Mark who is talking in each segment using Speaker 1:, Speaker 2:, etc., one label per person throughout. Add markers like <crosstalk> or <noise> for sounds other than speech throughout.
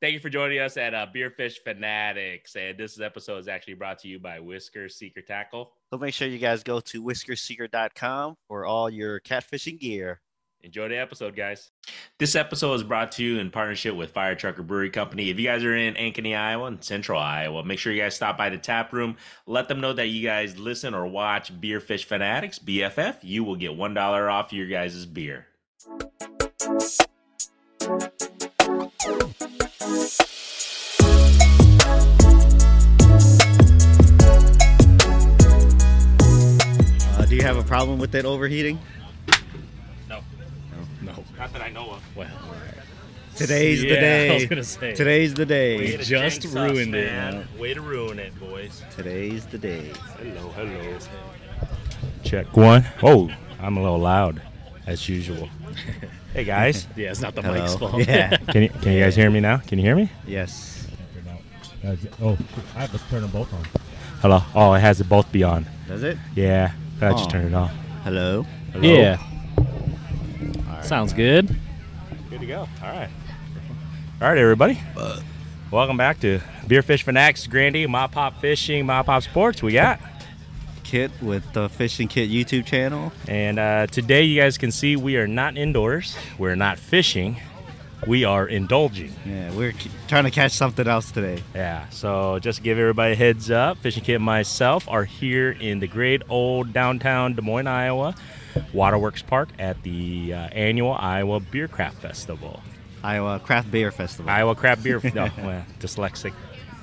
Speaker 1: Thank you for joining us at uh, Beerfish Fanatics. And this episode is actually brought to you by Whisker Seeker Tackle.
Speaker 2: So make sure you guys go to whiskerseeker.com for all your catfishing gear.
Speaker 1: Enjoy the episode, guys.
Speaker 3: This episode is brought to you in partnership with Fire Trucker Brewery Company. If you guys are in Ankeny, Iowa, and Central Iowa, make sure you guys stop by the tap room. Let them know that you guys listen or watch Beer Fish Fanatics (BFF). You will get one dollar off your guys' beer.
Speaker 2: Uh, do you have a problem with it overheating?
Speaker 1: No,
Speaker 4: No.
Speaker 1: not that I know of.
Speaker 4: Well,
Speaker 2: Today's
Speaker 4: Yeah,
Speaker 2: the day.
Speaker 4: I was gonna say.
Speaker 2: Today's the
Speaker 4: Way
Speaker 2: day.
Speaker 4: to just jinx us, ruined it, man. man.
Speaker 3: Way to ruin it, boys.
Speaker 2: Today's the day.
Speaker 3: Hello, hello.
Speaker 4: Check one. Oh, I'm a little loud, as usual. <laughs> Hey <laughs> guys,
Speaker 5: Yeah, it's not the
Speaker 2: Hello.
Speaker 5: mic's
Speaker 4: <laughs>
Speaker 5: fault.
Speaker 2: Yeah.
Speaker 4: can you can you guys hear me now? Can you hear me?
Speaker 2: yes.
Speaker 4: Oh, I have to turn them both on. Hello. Oh, it has it both be on.
Speaker 2: Does it?
Speaker 4: Yeah, I just
Speaker 2: Oh.
Speaker 4: turned it off.
Speaker 2: Hello.
Speaker 4: Hello?
Speaker 5: yeah.
Speaker 2: All right.
Speaker 5: Sounds good.
Speaker 4: Good to go. All right. All right, everybody. Welcome back to Beer Fish Fanatics, Grandy, My Pop Fishing, My Pop Sports. We got.
Speaker 2: Kit with the Fishing Kit YouTube channel.
Speaker 4: And uh, today, you guys can see we are not indoors. We're not fishing. We are indulging.
Speaker 2: Yeah, we're c- trying to catch something else today.
Speaker 4: Yeah, so just to give everybody a heads up, Fishing Kid and myself are here in the great old downtown Des Moines, Iowa, Waterworks Park at the uh, annual Iowa Beer Craft Festival.
Speaker 2: Iowa Craft Beer Festival.
Speaker 4: Iowa Craft Beer, no, well, dyslexic,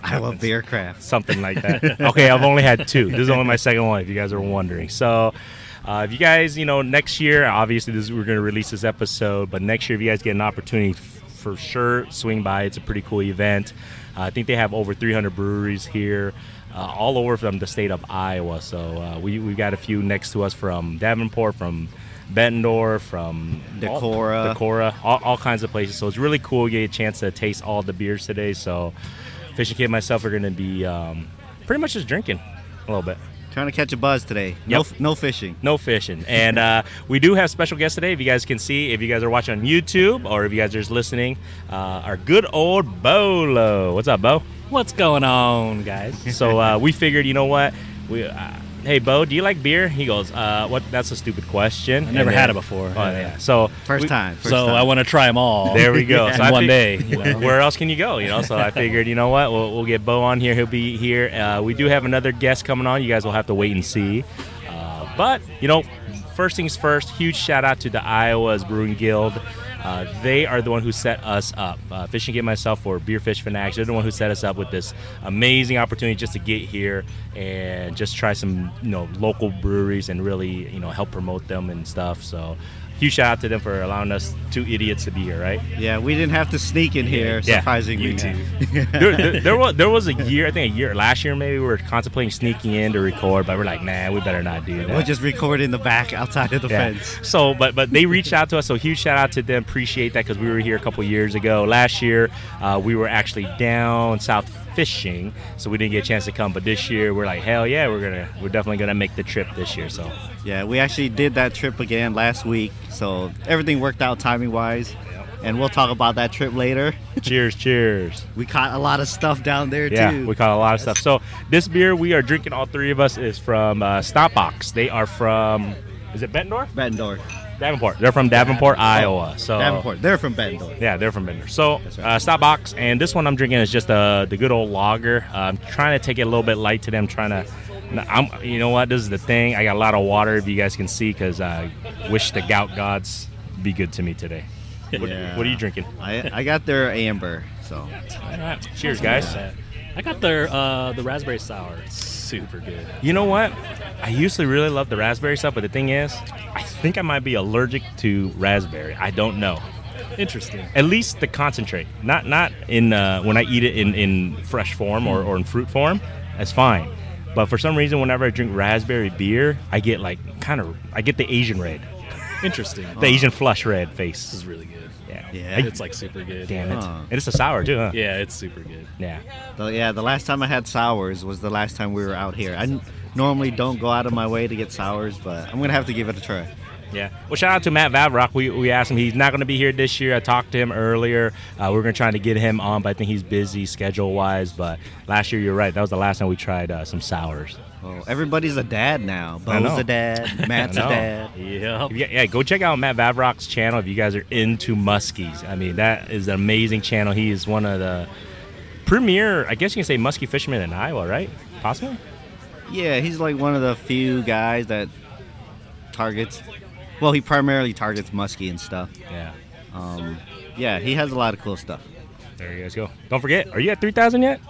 Speaker 2: Iowa Beer Craft.
Speaker 4: something like that. <laughs> Okay, I've only had two. This is only my second one, if you guys are wondering. So, uh, if you guys, you know, next year, obviously, this we're going to release this episode, but next year, if you guys get an opportunity, f- for sure, swing by. It's a pretty cool event. Uh, I think they have over 300 breweries here, uh, all over from the state of Iowa. So uh, we we got a few next to us from Davenport, from Bettendorf, from all-
Speaker 2: Decorah.
Speaker 4: Decorah, all, all kinds of places. So it's really cool. You get a chance to taste all the beers today. So Fishing Kid and myself are going to be um, pretty much just drinking a little bit.
Speaker 2: Trying to catch a buzz today. No,
Speaker 4: Yep.
Speaker 2: f- no fishing.
Speaker 4: No fishing. And uh, we do have special guests today. If you guys can see, if you guys are watching on YouTube or if you guys are just listening, uh, our good old Bolo. What's up,
Speaker 5: <laughs>
Speaker 4: Bo?
Speaker 5: What's going on, guys?
Speaker 4: So uh, we figured, you know what? We, uh, hey, Bo, do you like beer? He goes, uh, what? That's a stupid question.
Speaker 5: I never
Speaker 4: And
Speaker 5: had
Speaker 4: then-
Speaker 5: it before.
Speaker 4: Oh, yeah. So
Speaker 2: First
Speaker 4: we-
Speaker 2: time. First
Speaker 5: so
Speaker 2: time.
Speaker 5: I want to try them all.
Speaker 4: There
Speaker 5: <laughs>
Speaker 4: we go.
Speaker 5: in
Speaker 4: I
Speaker 5: one
Speaker 4: fig-
Speaker 5: day. You
Speaker 4: <laughs>
Speaker 5: know?
Speaker 4: Where else can you go? You know, so I figured, you know what, we'll, we'll get Bo on here. He'll be here. Uh, we do have another guest coming on. You guys will have to wait and see. Uh, but you know, first things first. Huge shout out to the Iowa's Brewing Guild. Uh, they are the one who set us up. Uh, Fishing Game myself for Beer Fish Fanatics. They're the one who set us up with this amazing opportunity just to get here and just try some you know local breweries and really you know help promote them and stuff. So. Huge shout out to them for allowing us two idiots to be here, right?
Speaker 2: yeah, we didn't have to sneak in here,
Speaker 4: Yeah,
Speaker 2: surprisingly.
Speaker 4: you too. there, there, there was there was a year, I think a year last year maybe we were contemplating sneaking in to record, but we're like, nah, we better not do that.
Speaker 2: We'll just record in the back outside of the
Speaker 4: Yeah.
Speaker 2: fence.
Speaker 4: So, but but they reached out to us. So huge shout out to them. Appreciate that because we were here a couple years ago. Last year, uh, we were actually down south fishing, so we didn't get a chance to come. But this year, we're like, hell yeah, we're gonna we're definitely gonna make the trip this year. So
Speaker 2: Yeah, we actually did that trip again last week, so everything worked out timing wise. And we'll talk about that trip later. <laughs>
Speaker 4: cheers, cheers.
Speaker 2: We caught a lot of stuff down there
Speaker 4: Yeah,
Speaker 2: too.
Speaker 4: we caught a lot of stuff. So this beer we are drinking, all three of us, is from uh, Stopbox. They are from. Is it Bettendorf?
Speaker 2: Bettendorf,
Speaker 4: Davenport. They're from Davenport, Iowa. So
Speaker 2: Oh, Davenport. They're from Bettendorf.
Speaker 4: Yeah, they're from Bender. So
Speaker 2: That's right.
Speaker 4: uh, Stopbox, and this one I'm drinking is just uh, the good old lager. Uh, I'm trying to take it a little bit light today. I'm trying to. n- I'm, you know what? This is the thing. I got a lot of water, if you guys can see, because I wish the gout gods be good to me
Speaker 2: <laughs>
Speaker 4: today. What,
Speaker 2: Yeah.
Speaker 4: what are you drinking?
Speaker 2: I, I got their amber, so
Speaker 5: All right.
Speaker 4: Cheers, guys.
Speaker 5: I got their uh, the raspberry sour. It's super good.
Speaker 4: You know what? I used to really love the raspberry stuff, but the thing is, I think I might be allergic to raspberry. I don't know.
Speaker 5: Interesting.
Speaker 4: at least the concentrate not not in uh, when i eat it in, in fresh form or, or in fruit form that's fine but for some reason whenever i drink raspberry beer i get like kind of i get the asian red
Speaker 5: Interesting.
Speaker 4: the asian flush red
Speaker 5: This
Speaker 4: face
Speaker 5: is really good.
Speaker 4: yeah
Speaker 2: Yeah.
Speaker 4: I-
Speaker 5: It's like super good.
Speaker 4: damn it
Speaker 2: Huh.
Speaker 4: and it's a sour too huh
Speaker 5: Yeah, it's super good.
Speaker 4: yeah
Speaker 2: the, yeah. The last time I had sours was the last time we were out here. I n- normally don't go out of my way to get sours, but I'm gonna have to give it a try.
Speaker 4: Yeah. Well, shout out to Matt Vavrock. We, we asked him. He's not going to be here this year. I talked to him earlier. Uh, we are going to try to get him on, but I think he's busy schedule wise. But last year, you're right. That was the last time we tried uh, some sours.
Speaker 2: Oh, everybody's a dad now. Bo's
Speaker 4: know. <laughs>
Speaker 2: a dad. Matt's a
Speaker 4: know.
Speaker 2: dad.
Speaker 5: Yep.
Speaker 4: Yeah, yeah, go check out Matt Vavrock's channel if you guys are into muskies. I mean, that is an amazing channel. He is one of the premier, I guess you can say, muskie fishermen in Iowa, right? Possibly?
Speaker 2: Yeah, he's like one of the few guys that targets. Well, he primarily targets muskie and stuff.
Speaker 4: Yeah.
Speaker 2: Um, yeah, he has a lot of cool stuff.
Speaker 4: There you guys go. Don't forget, are you at 3,000 yet?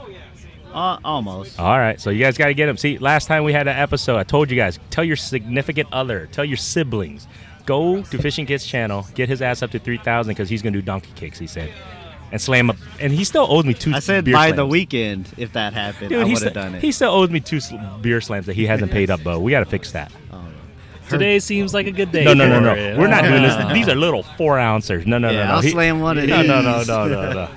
Speaker 2: Uh, almost.
Speaker 4: All right, so you guys got to get them. See, last time we had an episode, I told you guys, tell your significant other, tell your siblings, go to Fishing Kids channel, get his ass up to three thousand because he's gonna do donkey kicks. He said, and slam up, and he still owes me two.
Speaker 2: I said
Speaker 4: beer
Speaker 2: by
Speaker 4: slams.
Speaker 2: the weekend, if that happened,
Speaker 4: Dude,
Speaker 2: I
Speaker 4: he,
Speaker 2: would
Speaker 4: still,
Speaker 2: have done it.
Speaker 4: he still owes me two sl- beer slams that he hasn't paid up, Bo. We got to fix that.
Speaker 5: Today seems like a good day.
Speaker 4: No, no, no,
Speaker 5: for
Speaker 4: no.
Speaker 5: it. Uh,
Speaker 4: We're not doing this. These are little four ouncers. No, no,
Speaker 2: yeah,
Speaker 4: no, no.
Speaker 2: I'll
Speaker 4: He-
Speaker 2: slam one of
Speaker 4: no,
Speaker 2: these.
Speaker 4: no, no, no, no,
Speaker 2: <laughs>
Speaker 4: no.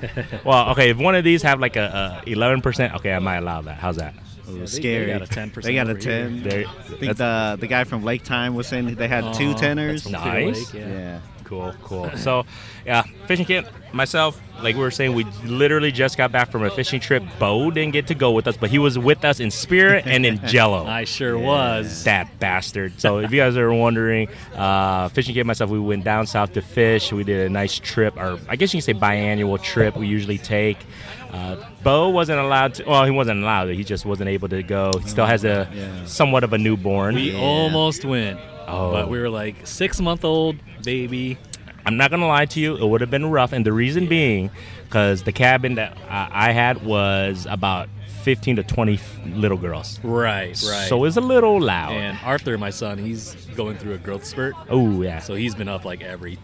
Speaker 4: well, okay, if one of these have like a eleven percent, okay, I might allow that. How's that?
Speaker 2: Ooh,
Speaker 5: they
Speaker 2: scary.
Speaker 5: got a 10%
Speaker 2: They got a
Speaker 5: over here.
Speaker 2: ten.
Speaker 4: There,
Speaker 2: I think the the guy from Lake Time was saying they had two
Speaker 5: Uh,
Speaker 2: tenors.
Speaker 5: that's from Clear
Speaker 4: Nice.
Speaker 5: Lake, yeah.
Speaker 2: Yeah.
Speaker 4: Cool, cool. So, yeah, fishing camp. Myself, like we were saying, we literally just got back from a fishing trip. Bo didn't get to go with us, but he was with us in spirit and
Speaker 2: <laughs>
Speaker 4: in jello.
Speaker 5: I sure was.
Speaker 4: that bastard. So, if you guys are wondering, uh, fishing camp myself, we went down south to fish. We did a nice trip, or I guess you can say biannual trip we usually take. Uh, Bo wasn't allowed to. Well, he wasn't allowed. He just wasn't able to go. He still has a
Speaker 2: Yeah.
Speaker 4: somewhat of a newborn.
Speaker 5: We almost went.
Speaker 4: Oh.
Speaker 5: But we were like six month old baby.
Speaker 4: I'm not gonna lie to you, it would have been rough, and the reason being, because the cabin that I I had was about 15 to 20 f- little girls,
Speaker 5: Right, right.
Speaker 4: so it was a little loud.
Speaker 5: and Arthur, my son, he's going through a growth spurt.
Speaker 4: Oh yeah, so,
Speaker 5: So he's been up like every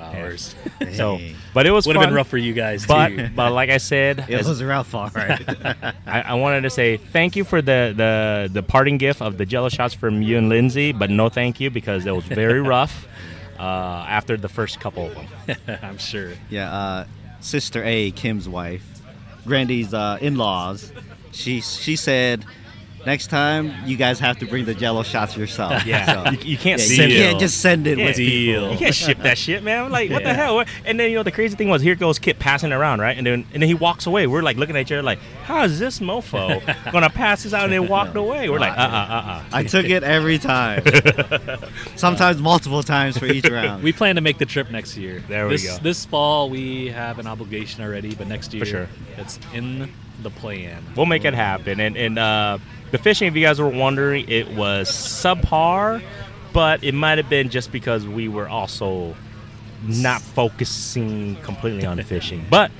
Speaker 2: <laughs>
Speaker 5: hours.
Speaker 2: Hey.
Speaker 4: but it was
Speaker 5: Would have
Speaker 4: fun,
Speaker 5: been rough for you guys
Speaker 4: But
Speaker 5: too. <laughs>
Speaker 4: but like I said,
Speaker 2: It
Speaker 4: as-
Speaker 2: was Ralph, all
Speaker 4: <laughs>
Speaker 2: right.
Speaker 4: I, I wanted to say thank you for the, the the parting gift of the Jello shots from you and Lindsay, but no thank you because it was <laughs> very rough. Uh, after the first couple of them,
Speaker 5: I'm sure.
Speaker 2: Yeah, uh, Sister A, Kim's wife, Grandy's uh, in-laws. She she said, next time you guys have to bring the Jello shots yourself.
Speaker 4: <laughs> yeah,
Speaker 2: So,
Speaker 4: you, you can't
Speaker 2: yeah,
Speaker 4: send
Speaker 2: you
Speaker 4: it.
Speaker 2: can't just send it
Speaker 4: Yeah.
Speaker 2: with people.
Speaker 4: You can't ship that shit, man. I'm like, what the hell? And then you know the crazy thing was, here goes Kit passing around, right? And then and then he walks away. We're like looking at each other, like, how is this <laughs> mofo gonna pass this out? And then walked away. We're like, uh, uh, uh, uh.
Speaker 2: I took it
Speaker 4: <laughs>
Speaker 2: every time. Sometimes multiple times for each round.
Speaker 5: We plan to make the trip next year.
Speaker 4: There we
Speaker 5: this,
Speaker 4: go.
Speaker 5: This fall we have an obligation already, but next year
Speaker 4: sure.
Speaker 5: it's in the plan.
Speaker 4: We'll make it happen. And and uh, the fishing, if you guys were wondering, it was subpar, but it might have been just because we were also not focusing completely on fishing. But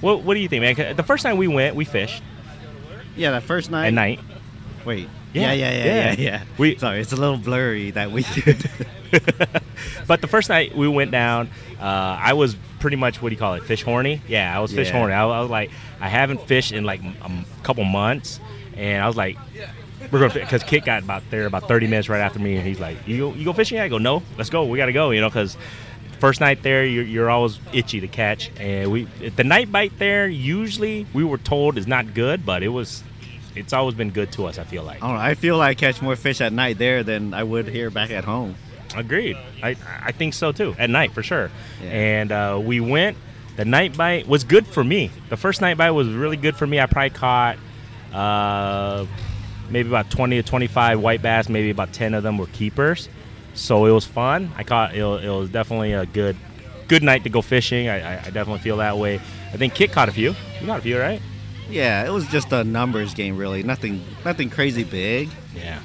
Speaker 4: what what do you think, man? 'Cause The first time we went, we fished
Speaker 2: yeah, that first night.
Speaker 4: at night.
Speaker 2: Wait.
Speaker 4: Yeah,
Speaker 2: Yeah, yeah, yeah,
Speaker 4: yeah.
Speaker 2: yeah, yeah.
Speaker 4: We-
Speaker 2: Sorry, it's a little blurry that
Speaker 4: <laughs>
Speaker 2: weekend.
Speaker 4: But the first night we went down, uh, I was pretty much what do you call it, fish horny? Yeah, I was fish
Speaker 2: Yeah.
Speaker 4: horny. I, I was like, I haven't fished in like a m- couple months, and I was like, we're gonna because Kit got about there about thirty minutes right after me, and he's like, you go, you go fishing? I go, no, let's go. We gotta go, you know, because. First night there, you're, you're always itchy to catch, and we the night bite there. Usually, we were told is not good, but it was, it's always been good to us. I feel like.
Speaker 2: I don't know. I feel like I catch more fish at night there than I would here back at home.
Speaker 4: Agreed. I, I think so too. At night for sure.
Speaker 2: Yeah.
Speaker 4: And uh, we went. The night bite was good for me. The first night bite was really good for me. I probably caught uh, maybe about twenty to twenty-five white bass. Maybe about ten of them were keepers. So it was fun. I caught. It, wa- it was definitely a good good night to go fishing. I, I, I definitely feel that way. I think Kit caught a few. You caught a few, right?
Speaker 2: Yeah, it was just a numbers game, really. Nothing, nothing crazy big.
Speaker 4: Yeah.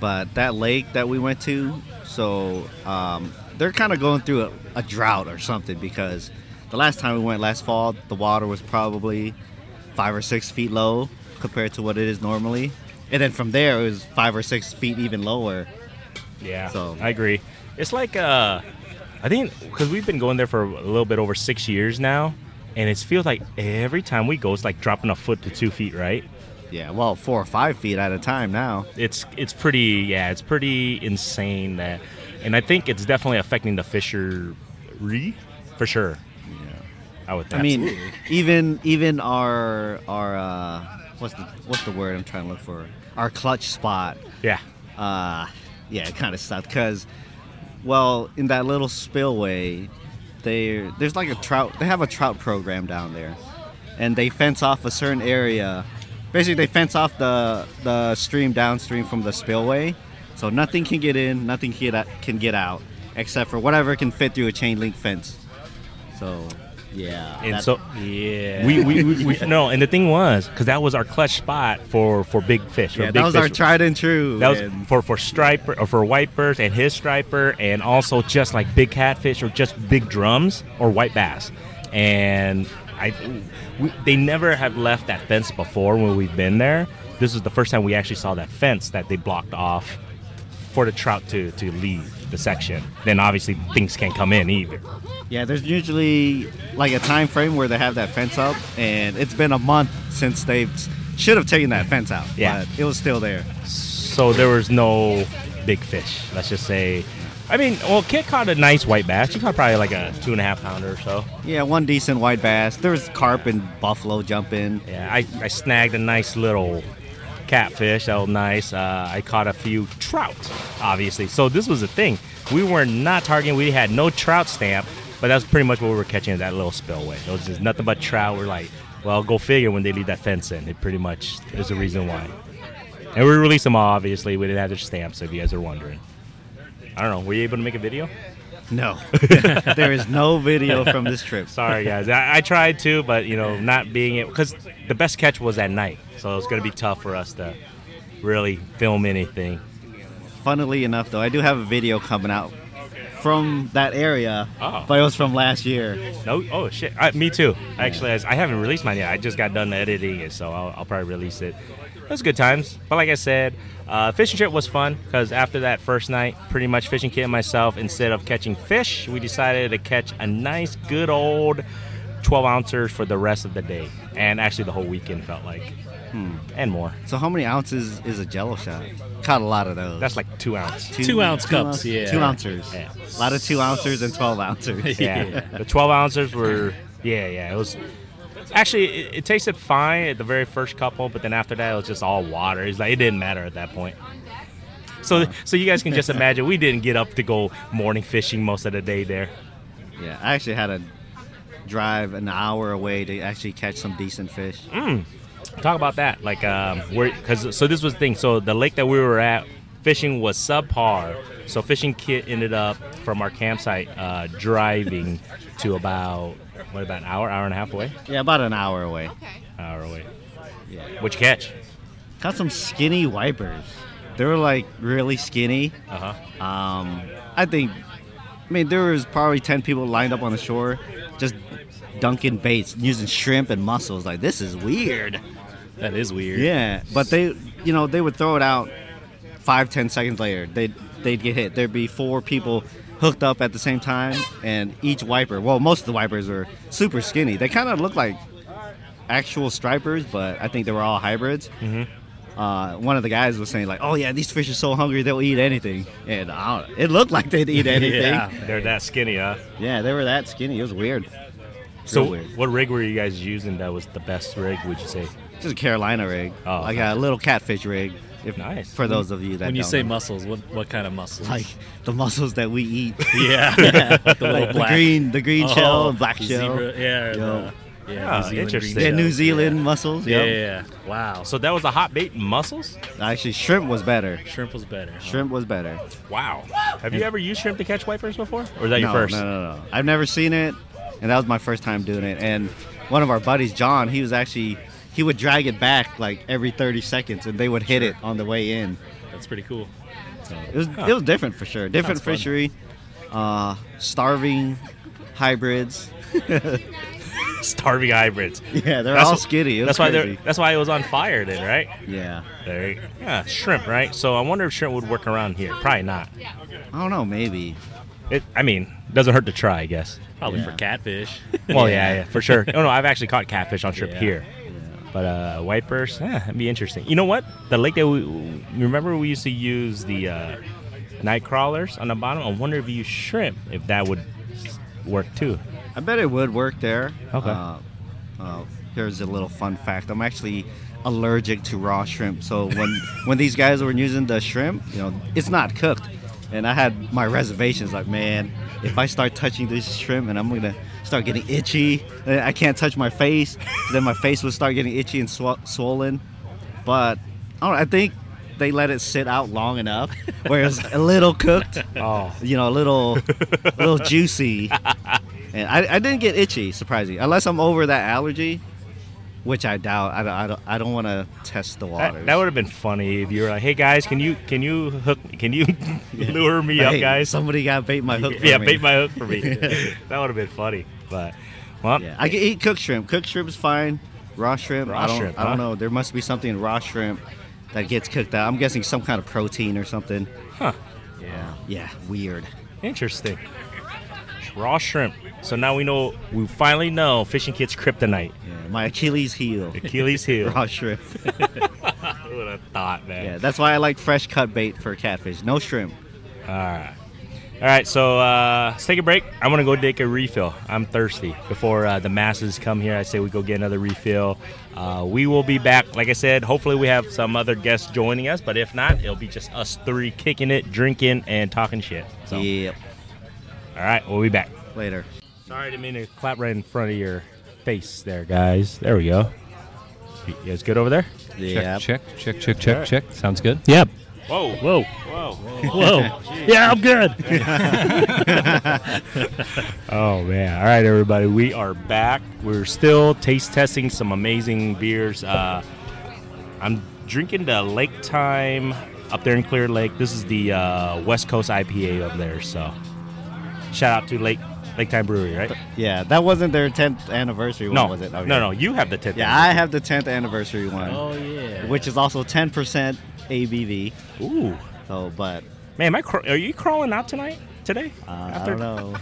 Speaker 2: But that lake that we went to, so um, they're kind of going through a, a drought or something because the last time we went last fall, the water was probably five or six feet low compared to what it is normally, and then from there it was five or six feet even lower.
Speaker 4: Yeah,
Speaker 2: So-
Speaker 4: I agree. It's like uh, I think because we've been going there for a little bit over six years now, and it feels like every time we go, it's like dropping a foot to two feet, right?
Speaker 2: Yeah, well, four or five feet at a time now.
Speaker 4: It's it's pretty yeah, it's pretty insane that, and I think it's definitely affecting the fishery for sure. Yeah, I would. Think.
Speaker 2: I mean, even even our our uh, what's the what's the word I'm trying to look for? Our clutch spot.
Speaker 4: yeah,
Speaker 2: Ah, uh, yeah, it kind of sucked because Well, in that little spillway, there there's like a trout. They have a trout program down there, and they fence off a certain area. Basically, they fence off the the stream downstream from the spillway, so nothing can get in, nothing can get out, can get out, except for whatever can fit through a chain link fence. So, yeah.
Speaker 4: And
Speaker 2: that-
Speaker 4: so
Speaker 5: Yeah.
Speaker 4: we, we, we,
Speaker 2: <laughs>
Speaker 4: we no, and the thing was because that was our clutch spot for for big fish. for
Speaker 2: yeah,
Speaker 4: big
Speaker 2: that was
Speaker 4: fish.
Speaker 2: our tried and true.
Speaker 4: That was
Speaker 2: and-
Speaker 4: for for striper or for wipers and his striper, and also just like big catfish or just big drums or white bass. And I, we, they never have left that fence before when we've been there. This is the first time we actually saw that fence that they blocked off for the trout to to leave the section. Then obviously things can't come in either.
Speaker 2: Yeah, there's usually like a time frame where they have that fence up, and it's been a month since they should have taken that fence out.
Speaker 4: Yeah.
Speaker 2: but it was still there.
Speaker 4: So there was no big fish. Let's just say. I mean, well, Kit caught a nice white bass. She caught probably like a two and a half pounder or so.
Speaker 2: Yeah, one decent white bass. There was carp and buffalo jumping.
Speaker 4: Yeah, I, I snagged a nice little catfish. That was nice. Uh, I caught a few trout, obviously. So this was the thing. We were not targeting. We had no trout stamp, but that's pretty much what we were catching at that little spillway. It was just nothing but trout. We're like, well, go figure when they leave that fence in. It pretty much is the reason why. And we released them all, obviously. We didn't have their stamps, if you guys are wondering. I don't know. Were you able to make a video?
Speaker 2: No, <laughs> there is no video from this trip.
Speaker 4: Sorry, guys. I, I tried to, but you know, not being it because the best catch was at night, so it was going to be tough for us to really film anything.
Speaker 2: Funnily enough, though, I do have a video coming out from that area,
Speaker 4: Oh.
Speaker 2: but it was from last year.
Speaker 4: No, oh shit. I, me too. Actually, I, I haven't released mine yet. I just got done editing it, so I'll, I'll probably release it. It was good times, but like I said, uh, fishing trip was fun because after that first night, pretty much fishing kid and myself, instead of catching fish, we decided to catch a nice, good old 12 ouncer for the rest of the day, and actually the whole weekend felt like, and more.
Speaker 2: So, how many ounces is a Jello shot? Caught a lot of those.
Speaker 4: That's like two
Speaker 2: <laughs>
Speaker 4: ounce.
Speaker 2: two,
Speaker 5: Two ounce cups,
Speaker 2: ounce-
Speaker 5: yeah.
Speaker 2: Two ounces.
Speaker 4: Yeah.
Speaker 2: A lot of two ounces and twelve ounces.
Speaker 4: Yeah. The 12 ounces were, yeah, yeah. It was actually, it, it tasted fine at the very first couple, but then after that, it was just all water. It's like, it didn't matter at that point. So, so you guys can just imagine we didn't get up to go morning fishing most of the day there.
Speaker 2: Yeah, I actually had to drive an hour away to actually catch some decent fish.
Speaker 4: Talk about that, like, um, where, cause so this was the thing. So the lake that we were at, fishing was subpar. So fishing kit ended up from our campsite uh, driving to about what about an hour, hour and a half away,
Speaker 2: Yeah, about an hour away.
Speaker 4: hour away.
Speaker 2: Yeah.
Speaker 4: What you catch?
Speaker 2: Caught some skinny wipers. They were like really skinny.
Speaker 4: Uh huh.
Speaker 2: Um, I think, I mean, there was probably 10 people lined up on the shore just dunking baits, using shrimp and mussels. Like, this is weird.
Speaker 5: that is weird.
Speaker 2: Yeah, but they, you know, they would throw it out five, ten seconds later. They'd they'd get hit. There'd be four people hooked up at the same time, and each wiper. Well, most of the wipers were super skinny. They kind of looked like actual stripers, but I think they were all hybrids. Mm-hmm. Uh, one of the guys was saying like, "Oh yeah, these fish are so hungry they'll eat anything," and I don't, it looked like they'd eat anything.
Speaker 4: Yeah,
Speaker 2: yeah.
Speaker 4: <laughs> they're that skinny, huh?
Speaker 2: they were that skinny. It was weird.
Speaker 4: So,
Speaker 2: Real weird.
Speaker 4: what rig were you guys using that was the best rig, would you say?
Speaker 2: Just a Carolina rig,
Speaker 4: Oh,
Speaker 2: like a little catfish rig. If,
Speaker 4: Nice.
Speaker 2: For those of you that
Speaker 5: When you
Speaker 2: don't
Speaker 5: say
Speaker 2: know.
Speaker 5: muscles, what what kind of muscles? <laughs>
Speaker 2: like the mussels that we eat.
Speaker 5: yeah,
Speaker 2: the,
Speaker 5: little black-
Speaker 2: green, the green
Speaker 5: Oh,
Speaker 2: shell and black shell.
Speaker 5: zebra- Yeah, or
Speaker 2: Yo.
Speaker 5: the-
Speaker 4: Ah,
Speaker 5: yeah. New Zealand green
Speaker 4: interesting.
Speaker 2: Yeah,
Speaker 5: shell.
Speaker 2: New Zealand mussels.
Speaker 5: Yeah,
Speaker 2: Yep.
Speaker 5: yeah, yeah. Wow.
Speaker 4: <laughs>
Speaker 5: So
Speaker 4: So, that was a hot bait and mussels?
Speaker 2: Actually, shrimp was better.
Speaker 5: shrimp was better. huh?
Speaker 2: Shrimp was better.
Speaker 4: Wow. Have you ever used shrimp to catch wipers before? Or is that your
Speaker 2: no,
Speaker 4: first?
Speaker 2: no, no, no. I've never seen it, and that was my first time doing it. And one of our buddies, John, he was actually he would drag it back like every 30 seconds, and they would hit it on the way in.
Speaker 5: That's pretty cool.
Speaker 2: It was it was different for sure. Different
Speaker 5: That's fun.
Speaker 2: fishery, uh, starving hybrids. <laughs>
Speaker 4: <laughs> Starving hybrids.
Speaker 2: Yeah, <laughs> they're all
Speaker 4: wh-
Speaker 2: skinny. It was
Speaker 4: That's why they're,
Speaker 2: crazy.
Speaker 4: that's why it was on fire then, right?
Speaker 2: Yeah,
Speaker 4: There you- Yeah, shrimp, right? So I wonder if shrimp would work around here. Probably not.
Speaker 2: I don't know. Maybe
Speaker 4: It I mean, doesn't hurt to try, I guess.
Speaker 5: Probably
Speaker 2: Yeah.
Speaker 5: for catfish. <laughs>
Speaker 4: Well, yeah, yeah, for sure. Oh, No, no, I've actually caught catfish on shrimp
Speaker 5: Yeah.
Speaker 4: here. But uh, wipers, yeah, that'd be interesting. You know what? The lake that we remember, we used to use the uh, night crawlers on the bottom. I wonder if you use shrimp, if that would work too.
Speaker 2: I bet it would work there.
Speaker 4: Okay.
Speaker 2: Uh, uh, here's a little fun fact. I'm actually allergic to raw shrimp. So when when these guys were using the shrimp, you know, it's not cooked. and I had my reservations. Like, man, if I start touching this shrimp, and I'm gonna start getting itchy, and I can't touch my face. <laughs> Then my face would start getting itchy and sw- swollen. But I, don't, know, I think they let it sit out long enough <laughs> where it's a little cooked,
Speaker 4: Oh,
Speaker 2: you know, a
Speaker 4: <laughs>
Speaker 2: little, a little juicy. And I, I didn't get itchy, surprisingly, unless I'm over that allergy, which I doubt. I don't, I don't, I don't want to test the waters.
Speaker 4: that, that would have been funny if you were like, "Hey guys, can you can you hook can you <laughs> lure me up,
Speaker 2: Hey,
Speaker 4: guys?
Speaker 2: Somebody got bait my hook.
Speaker 4: <laughs>
Speaker 2: for
Speaker 4: yeah,
Speaker 2: me.
Speaker 4: bait my hook for
Speaker 2: <laughs>
Speaker 4: me. that would have been funny, but well,
Speaker 2: Yeah, I can eat cooked shrimp. Cooked shrimp is fine. Raw shrimp,
Speaker 4: Raw
Speaker 2: I don't,
Speaker 4: shrimp,
Speaker 2: I don't
Speaker 4: huh?
Speaker 2: know. There must be something in raw shrimp that gets cooked out. I'm guessing some kind of protein or something.
Speaker 4: huh?
Speaker 2: Yeah, yeah, weird.
Speaker 4: Interesting. Raw shrimp. So now we know. We finally know fishing kit's kryptonite.
Speaker 2: Yeah, my Achilles
Speaker 4: <laughs>
Speaker 2: heel,
Speaker 4: Achilles heel.
Speaker 2: raw shrimp.
Speaker 4: Who would have thought, man?
Speaker 2: Yeah, that's why I like fresh cut bait for catfish. No shrimp.
Speaker 4: All right. All right, so uh, let's take a break. I'm gonna go take a refill. I'm thirsty. Before uh, the masses come here, I say we go get another refill. Uh, we will be back. Like I said, hopefully we have some other guests joining us, but if not, it'll be just us three kicking it, drinking, and talking shit. So,
Speaker 2: Yep.
Speaker 4: all right, we'll be back.
Speaker 2: Later.
Speaker 4: Sorry, didn't mean to clap right in front of your face, there, guys. There we go. You guys good over there?
Speaker 2: Yeah.
Speaker 5: Check, check, check, check,
Speaker 4: Alright.
Speaker 5: check. Sounds good. Yep.
Speaker 4: Whoa,
Speaker 5: Whoa.
Speaker 4: whoa! <laughs>
Speaker 5: Whoa. yeah, I'm good.
Speaker 4: Oh man! All right, everybody, we are back. We're still taste testing some amazing beers. Uh, I'm drinking the Lake Time up there in Clear Lake. This is the uh, West Coast IPA up there. So, shout out to Lake Lake Time Brewery, right?
Speaker 2: Yeah, that wasn't their 10th anniversary one,
Speaker 4: No,
Speaker 2: was it? Okay.
Speaker 4: no, no. You have the tip.
Speaker 2: Yeah, I have the 10th anniversary one,
Speaker 5: Oh, yeah.
Speaker 2: which is also 10% ABV.
Speaker 4: Oooo,
Speaker 2: So, but
Speaker 4: man, am I cr- are you crawling out tonight? Today?
Speaker 2: uh, I don't <laughs> know.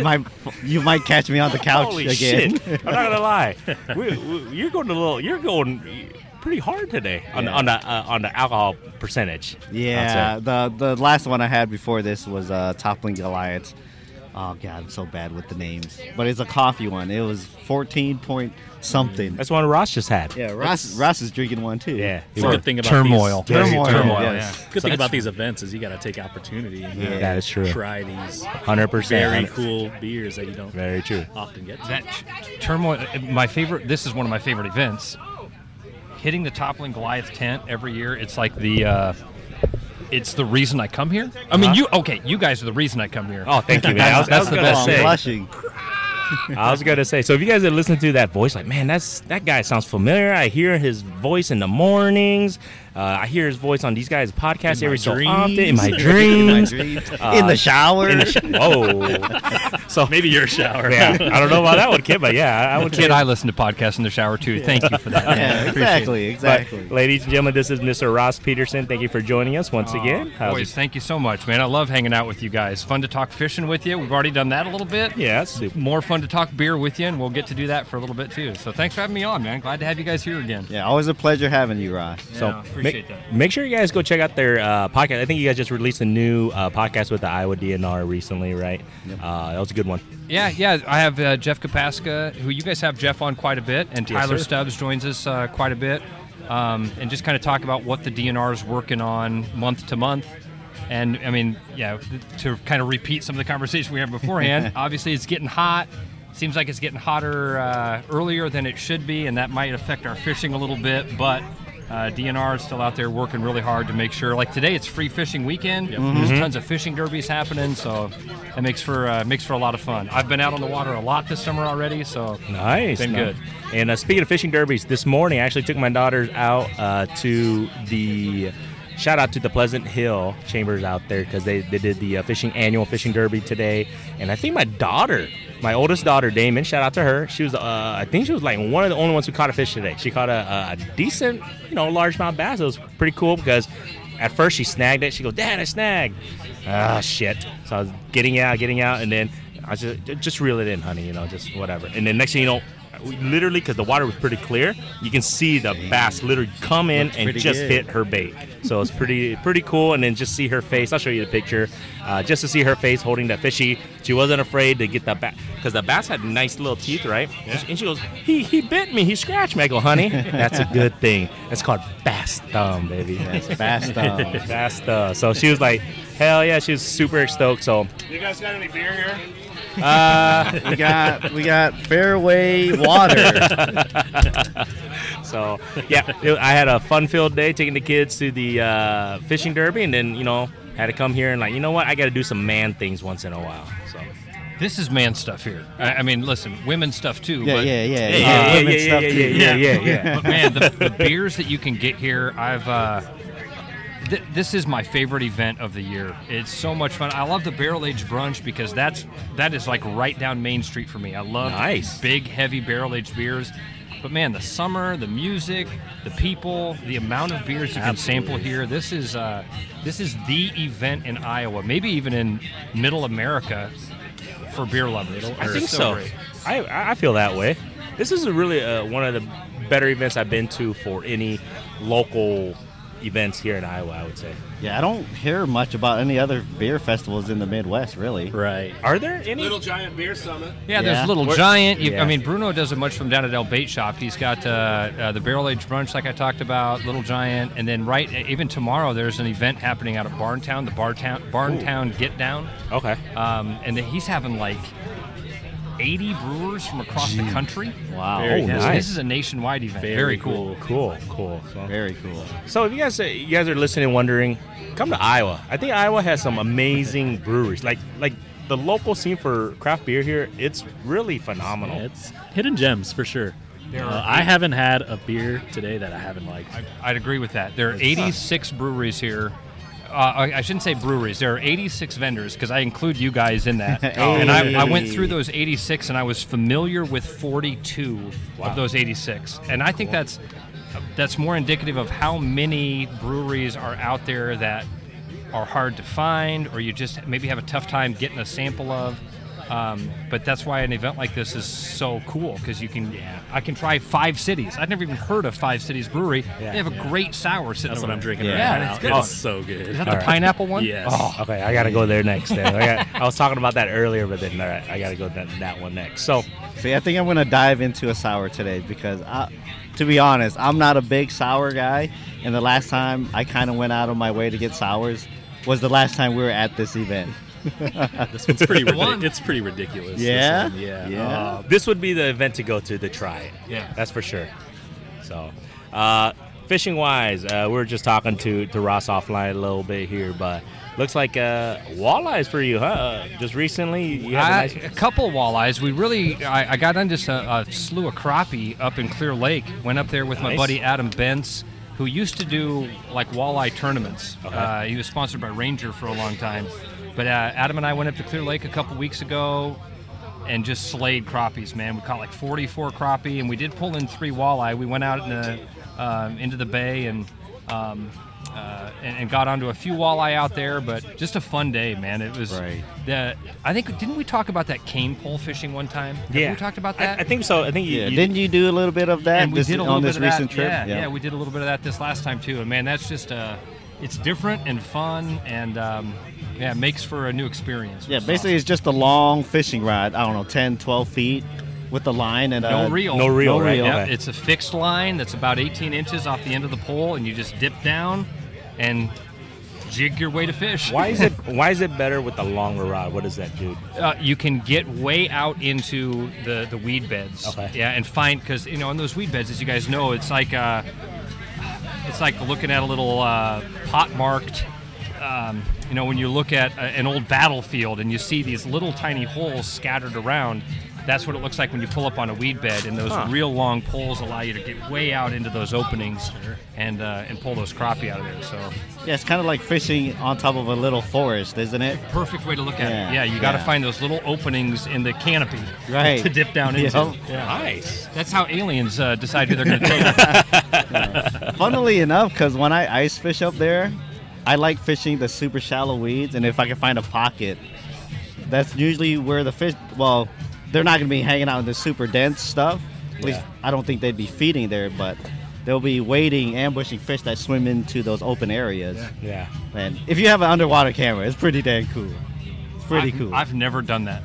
Speaker 2: my, you might catch me on the couch
Speaker 4: Holy
Speaker 2: again. <laughs>
Speaker 4: shit! I'm not gonna lie. We, we, you're going a little. You're going pretty hard today on
Speaker 2: Yeah.
Speaker 4: on the uh, on the alcohol percentage.
Speaker 2: Yeah, the the last one I had before this was uh, Toppling Goliath. Oh god, I'm so bad with the names. But it's a coffee one. It was 14 point something.
Speaker 4: That's one Ross just had.
Speaker 2: Yeah, Ross Ross is drinking one too.
Speaker 4: Yeah.
Speaker 5: It's a good thing about
Speaker 6: turmoil.
Speaker 5: These,
Speaker 2: Turmoil,
Speaker 6: Turmoil,
Speaker 2: yes.
Speaker 5: Good thing about these events is you got to take opportunity. And
Speaker 2: Yeah.
Speaker 4: That is true.
Speaker 5: Try these
Speaker 4: Hundred percent.
Speaker 5: very cool beers that you don't
Speaker 4: Very true.
Speaker 5: often get. To.
Speaker 6: That t- turmoil. uh, My favorite. This is one of my favorite events. Hitting the toppling Goliath tent every year. It's like the. Uh, it's the reason I come here. I mean,
Speaker 4: Uh-huh.
Speaker 6: you okay? You guys are the reason I come here.
Speaker 4: Oh, thank you, man. I was,
Speaker 6: That's-
Speaker 4: I was
Speaker 6: that's the
Speaker 2: Oh,
Speaker 4: gonna
Speaker 6: best
Speaker 2: I'm
Speaker 4: say.
Speaker 2: blushing.
Speaker 4: I was gonna say. So if you guys are listening to that voice, like, man, that's that guy sounds familiar. I hear his voice in the mornings. Uh, I hear his voice on these guys' podcasts
Speaker 5: In my
Speaker 4: every so often in my
Speaker 2: <laughs>
Speaker 5: dreams.
Speaker 2: In my
Speaker 4: dreams. <laughs>
Speaker 2: dreams.
Speaker 4: Uh,
Speaker 2: in the shower.
Speaker 4: in the sh- Whoa.
Speaker 5: So maybe your shower.
Speaker 4: Yeah, I don't know about that one, kid, but yeah, I would
Speaker 6: Kid, I listen to podcasts in the shower too. Thank you for that.
Speaker 2: <laughs>
Speaker 6: man.
Speaker 2: yeah,
Speaker 6: Appreciate it.
Speaker 2: exactly, exactly.
Speaker 4: But, ladies and gentlemen, this is Mr. Ross Peterson. Thank you for joining us once <laughs> again. How's
Speaker 6: Boys, thank you so much, man. I love hanging out with you guys. Fun to talk fishing with you. We've already done that a little bit.
Speaker 4: it? Yeah, super.
Speaker 6: More fun to talk beer with you, and we'll get to do that for a little bit too. So thanks for having me on, man. Glad to have you guys here again.
Speaker 2: yeah, always a pleasure having
Speaker 4: <laughs>
Speaker 2: you, Ross.
Speaker 6: Yeah,
Speaker 4: So make,
Speaker 6: appreciate that.
Speaker 4: make sure you guys go check out their uh, podcast. I think you guys just released a new uh, podcast with the Iowa DNR recently, right? Uh, that was a good one.
Speaker 6: Yeah, yeah. I have uh, Jeff Kapaska, who you guys have Jeff on quite a bit, and
Speaker 4: Yes,
Speaker 6: Tyler
Speaker 4: sir.
Speaker 6: Stubbs joins us uh, quite a bit, um, and just kind of talk about what the DNR is working on month to month. And I mean, yeah, th- to kind of repeat some of the conversation we had beforehand. obviously, it's getting hot. Seems like it's getting hotter uh, earlier than it should be, and that might affect our fishing a little bit. But uh, DNR is still out there working really hard to make sure. Like today, it's free fishing weekend. There's tons of fishing derbies happening, so that makes for uh, makes for a lot of fun. I've been out on the water a lot this summer already, so
Speaker 4: Nice,
Speaker 6: Been
Speaker 4: nice.
Speaker 6: good.
Speaker 4: And uh, speaking of fishing derbies, this morning I actually took my daughters out uh, to the shout out to the Pleasant Hill Chambers out there because they, they did the uh, fishing annual fishing derby today, and I think my daughter, my oldest daughter Damon, shout out to her. She was uh, I think she was like one of the only ones who caught a fish today. She caught a, a decent you know largemouth bass. It was pretty cool because. At first, she snagged it. She goes, "Dad, I snagged!" Ah, shit! So I was getting out, getting out, and then I was just just reel it in, honey. You know, just whatever. And then next thing you know, we literally because the water was pretty clear you can see the bass literally come in and
Speaker 2: pretty
Speaker 4: just
Speaker 2: good.
Speaker 4: hit her bait so it's pretty pretty cool and then just see her face i'll show you the picture uh, just to see her face holding that fishy she wasn't afraid to get that bass because the bass had nice little teeth right and she goes he he bit me he scratched me i go honey that's
Speaker 2: <laughs>
Speaker 4: a good thing that's called bass thumb baby
Speaker 2: Yes, fast. um,
Speaker 4: <laughs> Bass thumb. So she was like, Hell yeah, she was super stoked. So
Speaker 1: You guys got any beer here?
Speaker 2: We got we got fairway
Speaker 4: <laughs>
Speaker 2: water.
Speaker 4: So yeah, it- I had a fun-filled day taking the kids to the uh, fishing derby, and then you know had to come here and like you know what I got to do some man things once in a while. So
Speaker 6: This is man stuff here. I, I mean, listen, women stuff too.
Speaker 2: yeah,
Speaker 6: but,
Speaker 2: yeah,
Speaker 4: yeah,
Speaker 2: yeah, yeah.
Speaker 4: yeah, yeah,
Speaker 2: Women's
Speaker 4: yeah,
Speaker 2: stuff
Speaker 4: yeah,
Speaker 2: too.
Speaker 4: yeah, yeah, yeah.
Speaker 6: But man, the, the beers that you can get here, I've. Uh, th- this is my favorite event of the year. It's so much fun. I love the barrel aged brunch because that's that is like right down Main Street for me. I love
Speaker 4: Nice.
Speaker 6: big, heavy barrel aged beers. But man, the summer, the music, the people, the amount of beers you can sample here. This is uh, this is the event in Iowa, maybe even in Middle America for beer lovers.
Speaker 4: I
Speaker 6: It's
Speaker 4: think so.
Speaker 6: great.
Speaker 4: I- I I feel that way. This is really uh, one of the better events I've been to for any local events here in Iowa. I would say.
Speaker 2: Yeah, I don't hear much about any other beer festivals in the Midwest, really.
Speaker 5: Right.
Speaker 4: Are there any?
Speaker 1: Little Giant Beer Summit.
Speaker 6: Yeah,
Speaker 2: Yeah.
Speaker 6: there's Little
Speaker 4: We're-
Speaker 6: Giant. You,
Speaker 4: yeah.
Speaker 6: I mean, Bruno does it much from down at El Bait Shop. He's got uh, uh, the Barrel Aged Brunch, like I talked about, Little Giant, and then right e, even tomorrow there's an event happening out of Barntown, the Bartown Barntown Get Down,
Speaker 4: okay. Uh,
Speaker 6: um, and then he's having like 80 brewers from across the country.
Speaker 2: Wow.
Speaker 4: Very
Speaker 6: So
Speaker 4: nice.
Speaker 6: This is a nationwide event. Very, cool.
Speaker 4: Cool. Cool. So-
Speaker 2: Very cool.
Speaker 4: So if you guys you guys are listening and wondering, come to Iowa. I think Iowa has some amazing breweries. Like like the local scene for craft beer here, it's really phenomenal.
Speaker 5: Yeah, it's hidden gems for sure. Uh, I haven't had a beer today that I haven't liked.
Speaker 6: I'd agree with that. There are 86 breweries here. Uh, I I shouldn't say breweries. There are 86 vendors because I include you guys in that. And I, I went through those 86 and I was familiar with 42 of those 86. And I think that's that's more indicative of how many breweries are out there that are hard to find or you just maybe have a tough time getting a sample of. Um, but that's why an event like this is so cool because you can. I can try Five Cities. I've never even heard of Five Cities Brewery.
Speaker 4: Yeah.
Speaker 6: they have a great sour sitting.
Speaker 5: That's
Speaker 6: over
Speaker 5: what I'm
Speaker 6: there.
Speaker 5: drinking
Speaker 2: Yeah,
Speaker 5: right now.
Speaker 6: it's good.
Speaker 5: It's so good.
Speaker 6: Is that the
Speaker 5: <laughs>
Speaker 6: pineapple one?
Speaker 5: Yes.
Speaker 6: Oh,
Speaker 4: Okay, I gotta go there next. Then. I, got, I was talking about that earlier, but then all right, I gotta go that that one next. So
Speaker 2: See, I think I'm gonna dive into a sour today because, I, to be honest, I'm not a big sour guy, and the last time I kind of went out of my way to get sours was the last time we were at this event.
Speaker 5: This one's pretty.
Speaker 6: One.
Speaker 5: ridiculous. it's pretty ridiculous. this
Speaker 2: Yeah?
Speaker 5: one, Yeah.
Speaker 2: Yeah.
Speaker 6: Oh.
Speaker 5: Uh,
Speaker 4: this would be the event to go to to try it.
Speaker 6: Yeah.
Speaker 4: that's for sure. So, uh, fishing wise, uh, we were just talking to to Ross offline a little bit here, but looks like uh, walleyes for you, huh? Uh, just recently, you
Speaker 6: I,
Speaker 4: had a nice.
Speaker 6: a couple walleyes. We really, I, I got into s- a, a slew of crappie up in Clear Lake. Went up there with my
Speaker 4: Nice.
Speaker 6: buddy Adam Bentz, who used to do like walleye tournaments.
Speaker 4: Okay.
Speaker 6: Uh, he was sponsored by Ranger for a long time. But uh, Adam and I went up to Clear Lake a couple weeks ago and just slayed crappies, man. We caught like 44 crappie, and we did pull in three walleye. We went out in the, um, into the bay and, um, uh, and and got onto a few walleye out there, but just a fun day, man. It was
Speaker 2: Right.
Speaker 6: the I think didn't we talk about that cane pole fishing one time? Have we talked about
Speaker 4: I-
Speaker 6: that.
Speaker 4: I, think so. I think you,
Speaker 2: Yeah,
Speaker 4: you-
Speaker 2: didn't you do a little bit of that
Speaker 6: and we
Speaker 2: this-
Speaker 6: did a little
Speaker 2: on
Speaker 6: bit
Speaker 2: this
Speaker 6: of
Speaker 2: recent
Speaker 6: that.
Speaker 2: trip?
Speaker 6: Yeah, yeah, we did a little bit of that this last time too. And man, that's just uh, it's different and fun, and um, yeah, it makes for a new experience.
Speaker 2: Yeah,
Speaker 6: which is
Speaker 2: basically, it's just a long fishing rod. I don't know, 10, 12 feet with a line and uh,
Speaker 6: awesome.
Speaker 2: a
Speaker 6: no reel,
Speaker 4: no reel,
Speaker 2: no
Speaker 4: right?
Speaker 2: reel.
Speaker 6: Yeah,
Speaker 4: Okay.
Speaker 6: it's a fixed line that's about 18 inches off the end of the pole, and you just dip down and jig your way to fish.
Speaker 4: Why is it Why is it better with a longer rod? What does that do?
Speaker 6: uh, you can get way out into the, the weed beds.
Speaker 4: Okay.
Speaker 6: Yeah, and find because you know in those weed beds, as you guys know, it's like uh, it's like looking at a little uh, pot marked. Um, you know, when you look at a, an old battlefield and you see these little tiny holes scattered around, that's what it looks like when you pull up on a weed bed. And those real long poles allow you to get way out into those openings and uh, and pull those crappie out of there. So
Speaker 2: Yeah, it's kind of like fishing on top of a little forest, isn't it?
Speaker 6: perfect way to look at
Speaker 2: Yeah,
Speaker 6: it. Yeah, you got to
Speaker 2: yeah.
Speaker 6: find those little openings in the canopy
Speaker 2: Right.
Speaker 6: <laughs> to dip down into.
Speaker 2: <laughs> Yep.
Speaker 4: Nice.
Speaker 6: That's how aliens uh, decide who
Speaker 2: <laughs>
Speaker 6: they're going to take.
Speaker 2: Funnily enough, because when I ice fish up there, I like fishing the super shallow weeds, and if I can find a pocket, that's usually where the fish. Well, they're not going to be hanging out in the super dense stuff. At least I don't think they'd be feeding there, but they'll be waiting, ambushing fish that swim into those open areas.
Speaker 4: Yeah.
Speaker 2: And if you have an underwater camera, it's pretty dang cool. It's pretty
Speaker 6: I've,
Speaker 2: cool.
Speaker 6: I've never done that.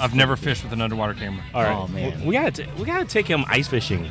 Speaker 6: I've never fished with an underwater camera.
Speaker 4: All right.
Speaker 2: Oh, man.
Speaker 4: We, we gotta t- we gotta take him ice fishing.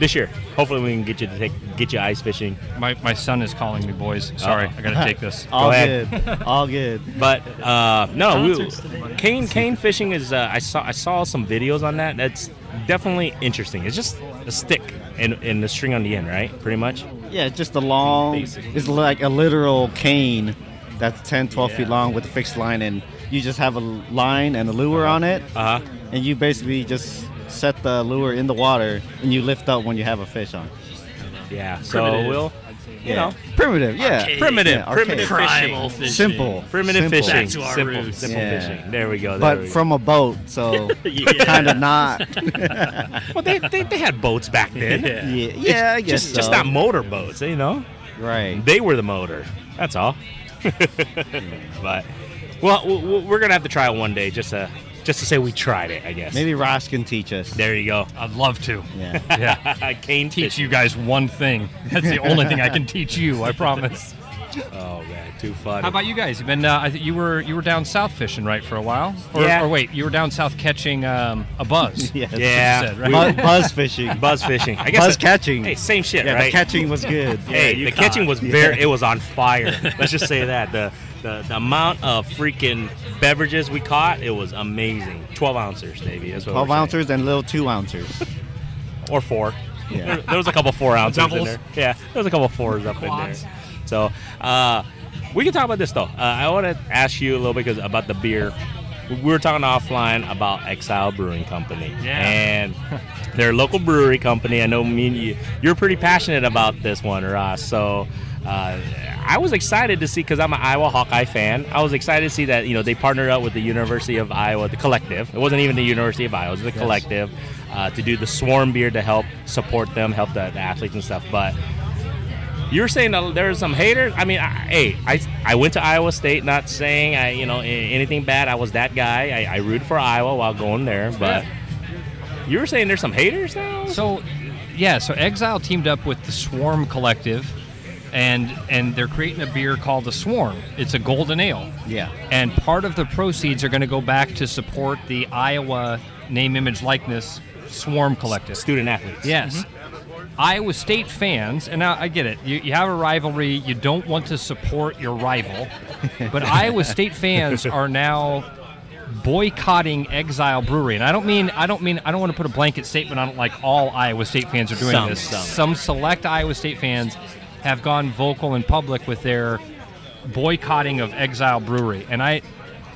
Speaker 4: this year. Hopefully, we can get you to take get you ice fishing.
Speaker 6: My, my son is calling me,
Speaker 2: Oh.
Speaker 6: boys. Sorry, I
Speaker 2: <laughs>
Speaker 6: gotta take this.
Speaker 2: All
Speaker 4: ahead.
Speaker 2: good. All good.
Speaker 4: But uh, no,
Speaker 5: Concerts today.
Speaker 4: we, cane cane fishing is. Uh, I saw I saw some videos on that. That's definitely interesting. It's just a stick and and the string on the end, right? Pretty much.
Speaker 2: Yeah, it's just a long.
Speaker 4: Basically.
Speaker 2: It's like a literal cane that's 10, 12 feet long with a fixed line, and you just have a line and a lure on it,
Speaker 4: Uh huh.
Speaker 2: and you basically just set the lure in the water, and you lift up when you have a fish on.
Speaker 4: Yeah. So
Speaker 5: Primitive.
Speaker 4: we'll. You know,
Speaker 2: primitive. Yeah,
Speaker 5: Archaic.
Speaker 4: primitive,
Speaker 2: Yeah, archaic.
Speaker 4: primitive
Speaker 5: Primal
Speaker 4: fishing,
Speaker 5: fishing.
Speaker 2: simple,
Speaker 4: primitive
Speaker 2: simple.
Speaker 4: fishing,
Speaker 5: Back to our
Speaker 4: simple,
Speaker 5: roots.
Speaker 4: simple
Speaker 2: Yeah.
Speaker 4: fishing. There we go. there
Speaker 2: but
Speaker 4: we go.
Speaker 2: from a boat, so
Speaker 4: <laughs>
Speaker 2: kind of not.
Speaker 4: well, they, they, they had boats
Speaker 2: <laughs>
Speaker 4: back then.
Speaker 5: Yeah.
Speaker 2: Yeah, yeah, I guess
Speaker 4: just
Speaker 2: so.
Speaker 4: just not motor boats, you know.
Speaker 2: right.
Speaker 4: They were the motor. That's all. <laughs> but well, w- w- we're gonna have to try it one day, just to just to say we tried it. I guess. <laughs>
Speaker 2: Maybe Ross can teach us.
Speaker 4: There you go.
Speaker 6: I'd love to.
Speaker 4: <laughs>
Speaker 2: Yeah.
Speaker 6: Yeah.
Speaker 4: Cane
Speaker 6: teach
Speaker 4: fishing.
Speaker 6: you guys one thing. That's the only thing I can teach you.
Speaker 2: <laughs>
Speaker 6: I promise.
Speaker 4: Oh man, too funny.
Speaker 6: How about you guys? You've been. Uh, I think you were you were down south fishing right for a while. Or,
Speaker 4: Yeah.
Speaker 6: or wait, you were down south catching um, a buzz.
Speaker 2: <laughs> Yes.
Speaker 4: Yeah.
Speaker 6: said,
Speaker 2: Bu-
Speaker 6: right?
Speaker 2: Buzz, fishing.
Speaker 4: buzz fishing? <laughs>
Speaker 2: <laughs>
Speaker 4: I guess
Speaker 2: Buzz
Speaker 4: that-
Speaker 2: catching.
Speaker 4: Hey, same shit,
Speaker 2: yeah, the
Speaker 4: right?
Speaker 2: catching was good.
Speaker 4: hey,
Speaker 5: you
Speaker 4: the
Speaker 5: caught.
Speaker 4: kitchen was
Speaker 2: <laughs>
Speaker 4: very. It was on fire. Let's just say that the, the the amount of freaking beverages we caught, it was amazing. Twelve ounces, maybe. That's what
Speaker 2: 12
Speaker 4: we're saying.
Speaker 2: ounces and little 2 ounces.
Speaker 4: or four.
Speaker 2: Yeah.
Speaker 4: There, there was a couple four ounces in
Speaker 5: Doubles.
Speaker 4: there. Yeah, there was a couple fours up
Speaker 5: Quads.
Speaker 4: in there. So uh, we can talk about this though. Uh, I want to ask you a little bit 'cause about the beer. We were talking offline about Exile Brewing Company,
Speaker 5: Yeah.
Speaker 4: and their local brewery company. I know me and you, you're pretty passionate about this one, Ross. So uh, I was excited to see because I'm an Iowa Hawkeye fan. I was excited to see that you know they partnered up with the University of Iowa, the collective. It wasn't even the University of Iowa; it was the collective uh, to do the Swarm beer to help support them, help the, the athletes and stuff. But you were saying that there are some haters. I mean, I, hey, I, I went to Iowa State. Not saying I you know a- anything bad. I was that guy. I, I rooted for Iowa while going there, but. You were saying there's some haters now?
Speaker 6: So, yeah. So Exile teamed up with the Swarm Collective, and and they're creating a beer called the Swarm. It's a golden ale.
Speaker 2: Yeah.
Speaker 6: and part of the proceeds are going to go back to support the Iowa name, image, likeness swarm collective.
Speaker 4: student athletes.
Speaker 6: Yes. Iowa State fans, and I, I get it, you, you have a rivalry, you don't want to support
Speaker 4: <laughs>
Speaker 6: your rival, but Iowa State fans are now boycotting Exile Brewery. And I don't mean I don't mean I don't want to put a blanket statement on it like all Iowa State fans are doing
Speaker 4: Some,
Speaker 6: this.
Speaker 4: some.
Speaker 6: select Iowa State fans have gone vocal in public with their boycotting of Exile Brewery. And I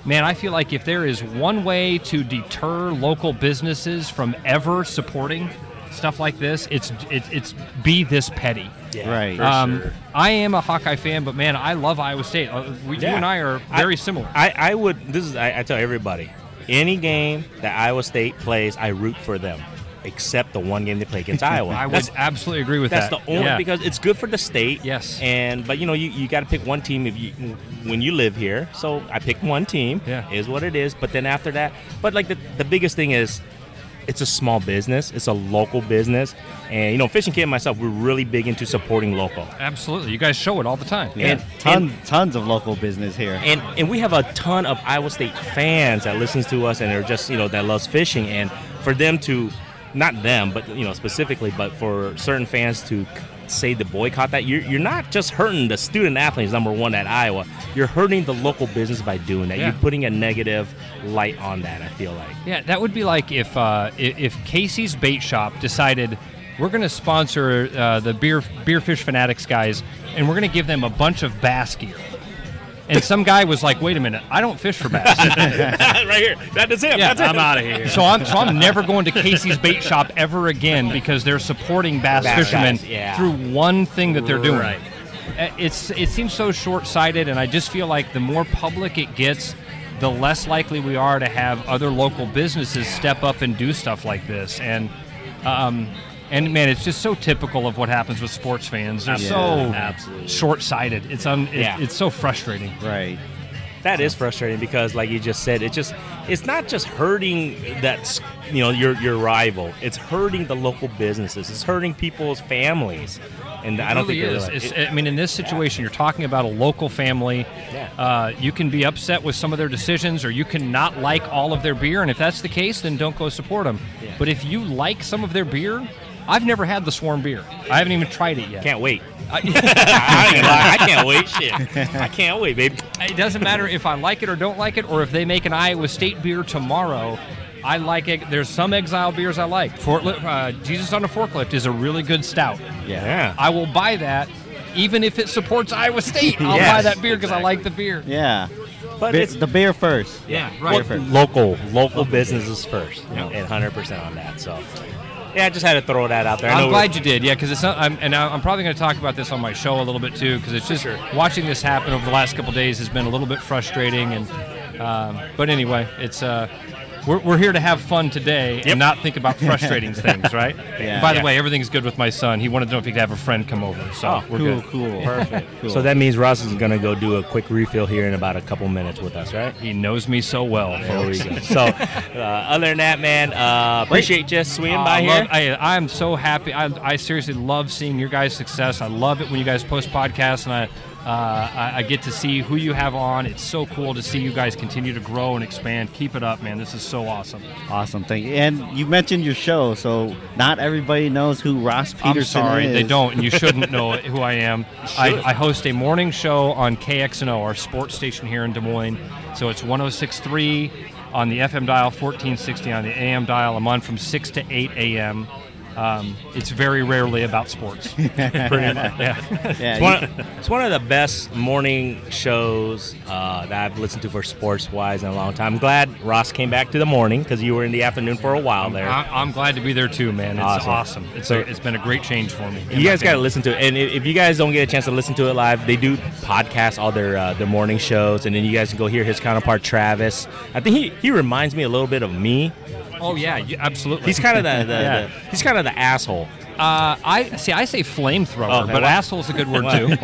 Speaker 6: man, I feel like if there is one way to deter local businesses from ever supporting stuff like this, it's it's it's be this petty.
Speaker 4: <laughs> Yeah,
Speaker 2: Right.
Speaker 4: for
Speaker 6: Um,
Speaker 4: sure.
Speaker 6: I am a Hawkeye fan, but man, I love Iowa State. Uh, we, You
Speaker 4: Yeah.
Speaker 6: and I are very similar.
Speaker 4: I, I would. This is. I, I tell everybody, any game that Iowa State plays, I root for them, except the one game they play
Speaker 6: <laughs>
Speaker 4: against Iowa.
Speaker 6: I would
Speaker 4: That's-
Speaker 6: absolutely agree with
Speaker 4: That's
Speaker 6: that.
Speaker 4: the only
Speaker 6: Yeah.
Speaker 4: because it's good for the state.
Speaker 6: Yes.
Speaker 4: And but you know you, you got to pick one team if you when you live here. So I picked one team.
Speaker 6: Yeah.
Speaker 4: Is what it is. But then after that, but like the the biggest thing is. It's a small business. It's a local business, and you know, fishing kid and myself, we're really big into supporting local.
Speaker 6: absolutely. You guys show it all the time.
Speaker 2: Yeah.
Speaker 4: And-
Speaker 2: Ton, tons of local business here.
Speaker 4: and and we have a ton of Iowa State fans that listens to us and are just you know that loves fishing and for them to not them but you know specifically but for certain fans to c- say the boycott that you're, you're not just hurting the student athletes number one at Iowa you're hurting the local business by doing that
Speaker 6: Yeah.
Speaker 4: you're putting a negative light on that I feel like
Speaker 6: Yeah, that would be like if uh, i- if Casey's Bait Shop decided we're going to sponsor uh, the beer beer fish fanatics guys, and we're going to give them a bunch of bass gear. And some guy was like, "Wait a minute, I don't fish for bass,
Speaker 4: <laughs> right here that is it
Speaker 6: Yeah,
Speaker 4: that's it.
Speaker 5: I'm out of here.
Speaker 6: so I'm so I'm never going to Casey's Bait Shop ever again because they're supporting bass,
Speaker 4: Bass
Speaker 6: fishermen
Speaker 4: guys, yeah.
Speaker 6: through one thing that they're doing."
Speaker 5: Right.
Speaker 6: Uh, It's it seems so short-sighted, and I just feel like the more public it gets, the less likely we are to have other local businesses step up and do stuff like this. And um, and man, it's just so typical of what happens with sports fans. They're so
Speaker 4: Absolutely.
Speaker 6: short-sighted. It's un, it-
Speaker 4: Yeah.
Speaker 6: it's so frustrating.
Speaker 2: Right.
Speaker 4: That is frustrating because, like you just said, it just it's not just hurting that s- you know your your rival. It's hurting the local businesses. It's hurting people's families, and I don't
Speaker 6: really
Speaker 4: think
Speaker 6: is.
Speaker 4: they're
Speaker 6: It's- I mean, in this situation, you're talking about a local family.
Speaker 4: Yeah.
Speaker 6: Uh, you can be upset with some of their decisions, or you can not like all of their beer. And if that's the case, then don't go support them. But if you like some of their beer, I've never had the Swarm beer. I haven't even tried it yet.
Speaker 4: Can't wait.
Speaker 6: I- <laughs>
Speaker 4: I, ain't gonna lie, I can't wait. Shit, I can't wait, baby.
Speaker 6: it doesn't matter if I like it or don't like it, or if they make an Iowa State beer tomorrow. I like it. There's some exile beers I like. Fortli- uh, Jesus on a forklift is a really good stout.
Speaker 4: Yeah.
Speaker 6: I will buy that, even if it supports Iowa State. I'll
Speaker 4: Yes,
Speaker 6: buy that beer because I like the beer.
Speaker 2: Yeah.
Speaker 4: But
Speaker 2: Be-
Speaker 4: it's
Speaker 2: the beer first.
Speaker 6: Yeah,
Speaker 2: right.
Speaker 6: right.
Speaker 2: Beer first.
Speaker 4: local, local businesses first, and hundred percent on that. So, yeah, I just had to throw that out there. I know
Speaker 6: I'm
Speaker 4: we-
Speaker 6: glad you did, yeah, because it's not, I'm, and I- I'm probably going to talk about this on my show a little bit too, because it's just watching this happen over the last couple days has been a little bit frustrating, and um, but anyway, it's uh, we're, we're here to have fun today
Speaker 4: Yep.
Speaker 6: and not
Speaker 4: <laughs>
Speaker 6: think about frustrating things, right?
Speaker 2: Yeah.
Speaker 6: By
Speaker 4: Yeah.
Speaker 6: the way, everything's good with my son. He wanted to know if he could have a friend come over, so
Speaker 4: Oh,
Speaker 6: we're
Speaker 2: cool,
Speaker 6: good.
Speaker 2: cool. Perfect. <laughs> Cool.
Speaker 4: So that means Russ is gonna go do a quick refill here in about a couple minutes with us, right?
Speaker 6: He knows me so well.
Speaker 4: There we
Speaker 6: folks.
Speaker 4: go. So, uh, other than that, man, uh, appreciate you swinging by
Speaker 6: I
Speaker 4: here.
Speaker 6: love- I, I'm so happy. I, I seriously love seeing your guys' success. I love it when you guys post podcasts, and I, uh, I, I get to see who you have on. It's so cool to see you guys continue to grow and expand. Keep it up, man. This is so awesome.
Speaker 2: awesome. Thank you. And you mentioned your show, so not everybody knows who Ross Peterson
Speaker 6: I'm sorry,
Speaker 2: is.
Speaker 6: they don't, and you shouldn't
Speaker 4: <laughs>
Speaker 6: know who I am. I, I host a morning show on KXNO, our sports station here in Des Moines. So it's 106.3 on the FM dial, 1460 on the AM dial. I'm on from 6 to 8 a.m. Um, it's very rarely
Speaker 4: <laughs>
Speaker 6: about sports.
Speaker 4: pretty much.
Speaker 6: Yeah.
Speaker 2: Yeah,
Speaker 4: It's
Speaker 2: you-
Speaker 4: one, it's one of the best morning shows uh, that I've listened to for sports wise in a long time. I'm glad Ross came back to the morning because you were in the afternoon for a while <laughs> there.
Speaker 6: I, I'm glad to be there too, man. It's
Speaker 4: Awesome.
Speaker 6: awesome. It's, a, it's been a great change for me. in
Speaker 4: you
Speaker 6: my
Speaker 4: guys got to
Speaker 6: opinion.
Speaker 4: listen to it. And i- if you guys don't get a chance to listen to it live, they do podcast all their uh, their morning shows, and then you guys can go hear his counterpart Travis. I think he, he reminds me a little bit of me.
Speaker 6: Oh yeah, you, absolutely.
Speaker 4: He's kind of the, the, <laughs>
Speaker 6: <laughs> Yeah.
Speaker 4: the he's kind of the asshole.
Speaker 6: Uh, I see. I say flamethrower,
Speaker 4: Oh,
Speaker 6: but
Speaker 4: wow.
Speaker 6: asshole's a good word
Speaker 4: <laughs>
Speaker 6: too.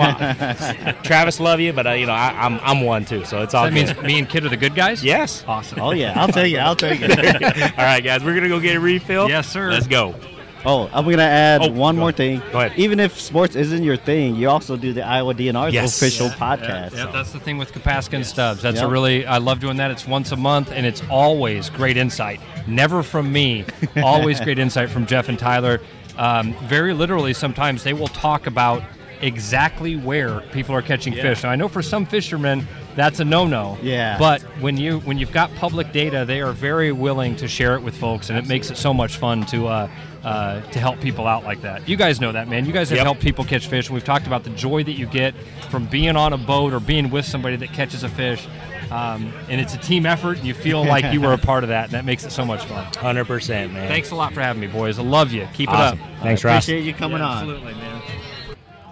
Speaker 4: Travis love you, but uh, you know I, I'm I'm one too, so it's all
Speaker 6: That
Speaker 4: good.
Speaker 6: means me and Kid are the good guys.
Speaker 4: yes.
Speaker 6: Awesome.
Speaker 2: Oh yeah, I'll take it. I'll take
Speaker 4: <laughs>
Speaker 2: it.
Speaker 4: all right, guys, we're gonna go get a refill.
Speaker 6: Yes, sir.
Speaker 4: Let's go.
Speaker 2: <laughs> Oh, I'm gonna add
Speaker 4: Oh,
Speaker 2: one
Speaker 4: go
Speaker 2: more
Speaker 4: ahead.
Speaker 2: thing.
Speaker 4: Go ahead.
Speaker 2: Even if sports isn't your thing, you also do the Iowa DNR's
Speaker 4: Yes.
Speaker 2: official
Speaker 4: Yeah,
Speaker 2: podcast.
Speaker 6: Yeah, that's the thing with Kapaska and Stubbs. That's a
Speaker 2: Yep.
Speaker 6: really I love doing that. It's once a month, and it's always great insight. Never
Speaker 2: <laughs>
Speaker 6: from me. Always great insight from Jeff and Tyler. Um, very literally, sometimes they will talk about exactly where people are catching fish. Now, I know for some fishermen that's a no-no.
Speaker 2: Yeah.
Speaker 6: But when you when you've got public data, they are very willing to share it with folks, and it makes it so much fun to. Uh, uh, to help people out like that. You guys know that, man. You guys have
Speaker 4: Yep.
Speaker 6: helped people catch fish. We've talked about the joy that you get from being on a boat or being with somebody that catches a fish. Um, and it's a team effort, and you feel like you <laughs> were a part of that, and that makes it so much fun.
Speaker 4: Hundred percent, man.
Speaker 6: Thanks a lot for having me, boys. I love you. Keep
Speaker 4: Awesome.
Speaker 6: it up.
Speaker 4: Thanks, Ross.
Speaker 2: Appreciate you coming on.
Speaker 5: Absolutely, man.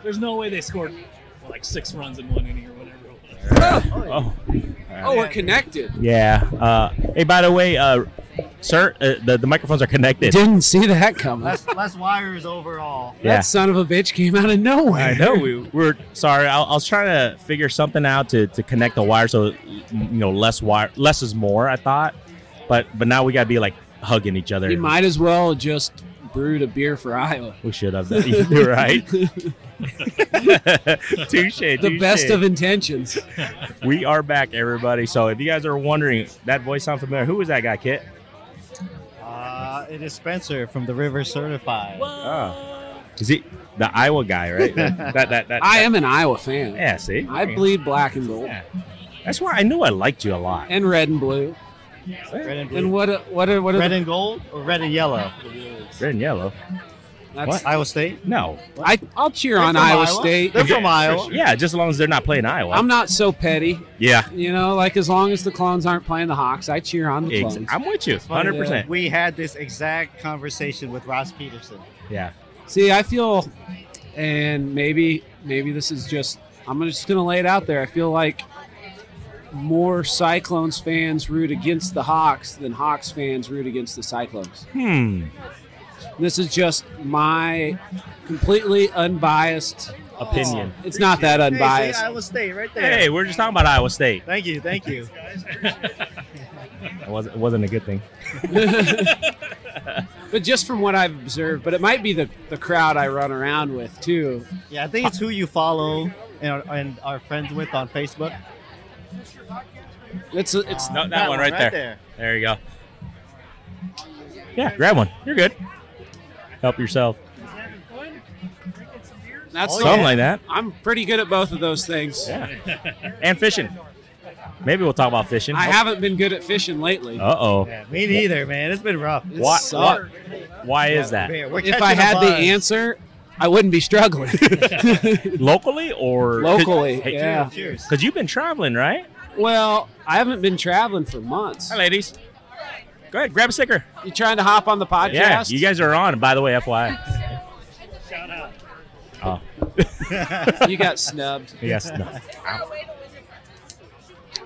Speaker 5: There's no way they scored like six runs in one inning or whatever it was.
Speaker 4: Oh,
Speaker 7: Oh, we're connected.
Speaker 4: yeah. Uh, hey, by the way, uh, sir, uh, the, the microphones are connected.
Speaker 7: Didn't see that coming.
Speaker 2: less wires overall.
Speaker 4: Yeah.
Speaker 7: That son of a bitch came out of nowhere.
Speaker 4: I know we were sorry. I, I was trying to figure something out to, to connect the wire, so you know less wire, less is more. I thought, but but now we gotta be like hugging each other.
Speaker 7: You might as well just brewed a beer for Iowa.
Speaker 4: We should have. done- <laughs> You're right. touche.
Speaker 7: The best of intentions.
Speaker 4: <laughs> We are back, everybody. So if you guys are wondering, that voice sound familiar? Who was that guy, Kit?
Speaker 2: Uh, it is Spencer from the River Certified.
Speaker 4: Oh. Is he the Iowa guy, <laughs> right? that, that, that, that-
Speaker 7: I am an Iowa fan.
Speaker 4: Yeah, see?
Speaker 7: I bleed black and gold
Speaker 4: Yeah. That's why I knew I liked you a lot.
Speaker 7: and red and blue.
Speaker 2: Red and blue.
Speaker 7: And what? Are, what are? What are?
Speaker 2: red
Speaker 7: the-
Speaker 2: and gold or red and yellow?
Speaker 4: Red and yellow.
Speaker 7: that's,
Speaker 2: Iowa State.
Speaker 4: No.
Speaker 7: I, I'll cheer
Speaker 2: They're
Speaker 7: on
Speaker 2: from
Speaker 7: Iowa,
Speaker 2: Iowa.
Speaker 7: State.
Speaker 2: They're from Iowa.
Speaker 4: Yeah, just as long as they're not playing Iowa.
Speaker 7: I'm not so petty.
Speaker 4: yeah.
Speaker 7: You know, like as long as the clones aren't playing the Hawks, I cheer on the
Speaker 4: Ex-
Speaker 7: clones.
Speaker 4: I'm with you. 100%.
Speaker 2: uh, We had this exact conversation with Ross Peterson.
Speaker 4: Yeah.
Speaker 7: See, I feel, and maybe maybe this is just I'm just gonna lay it out there. I feel like more Cyclones fans root against the Hawks than Hawks fans root against the Cyclones.
Speaker 4: Hmm.
Speaker 7: This is just my completely unbiased.
Speaker 4: Opinion.
Speaker 7: It's not that
Speaker 2: Hey, see,
Speaker 7: unbiased.
Speaker 2: Iowa State, right there.
Speaker 4: Hey, we're just talking about Iowa State.
Speaker 2: Thank you, thank you.
Speaker 4: It wasn't, it wasn't a good thing.
Speaker 7: But just from what I've observed, but it might be the, the crowd I run around with too.
Speaker 2: Yeah, I think it's who you follow and are, and are friends with on Facebook.
Speaker 7: It's it's
Speaker 4: No, Oh, that, one right, there.
Speaker 2: there.
Speaker 4: There you go. Yeah, grab one. You're good. Help yourself.
Speaker 7: That's
Speaker 4: Something like that.
Speaker 7: I'm pretty good at both of those things.
Speaker 4: Yeah. And fishing. Maybe we'll talk about fishing.
Speaker 7: I haven't been good at fishing lately.
Speaker 4: Uh oh.
Speaker 2: Yeah, me neither, man. It's been rough.
Speaker 4: Why,
Speaker 7: It
Speaker 4: why,
Speaker 7: sucked.
Speaker 4: why is that?
Speaker 2: Man, we're
Speaker 7: If I
Speaker 2: catching a
Speaker 7: had the
Speaker 2: buzz.
Speaker 7: answer, I wouldn't
Speaker 4: <laughs>
Speaker 7: be struggling. <laughs>
Speaker 4: Locally or
Speaker 7: Locally, yeah.
Speaker 2: Cheers.
Speaker 4: Because you've been traveling, right?
Speaker 7: well, I haven't been traveling for months.
Speaker 4: Hi, ladies. Go ahead, grab a sticker.
Speaker 7: You trying to hop on the podcast?
Speaker 4: Yeah, you guys are on. By the way, FYI. Shout out. Oh,
Speaker 7: You got snubbed.
Speaker 4: yes. No.
Speaker 7: Uh,
Speaker 4: <laughs>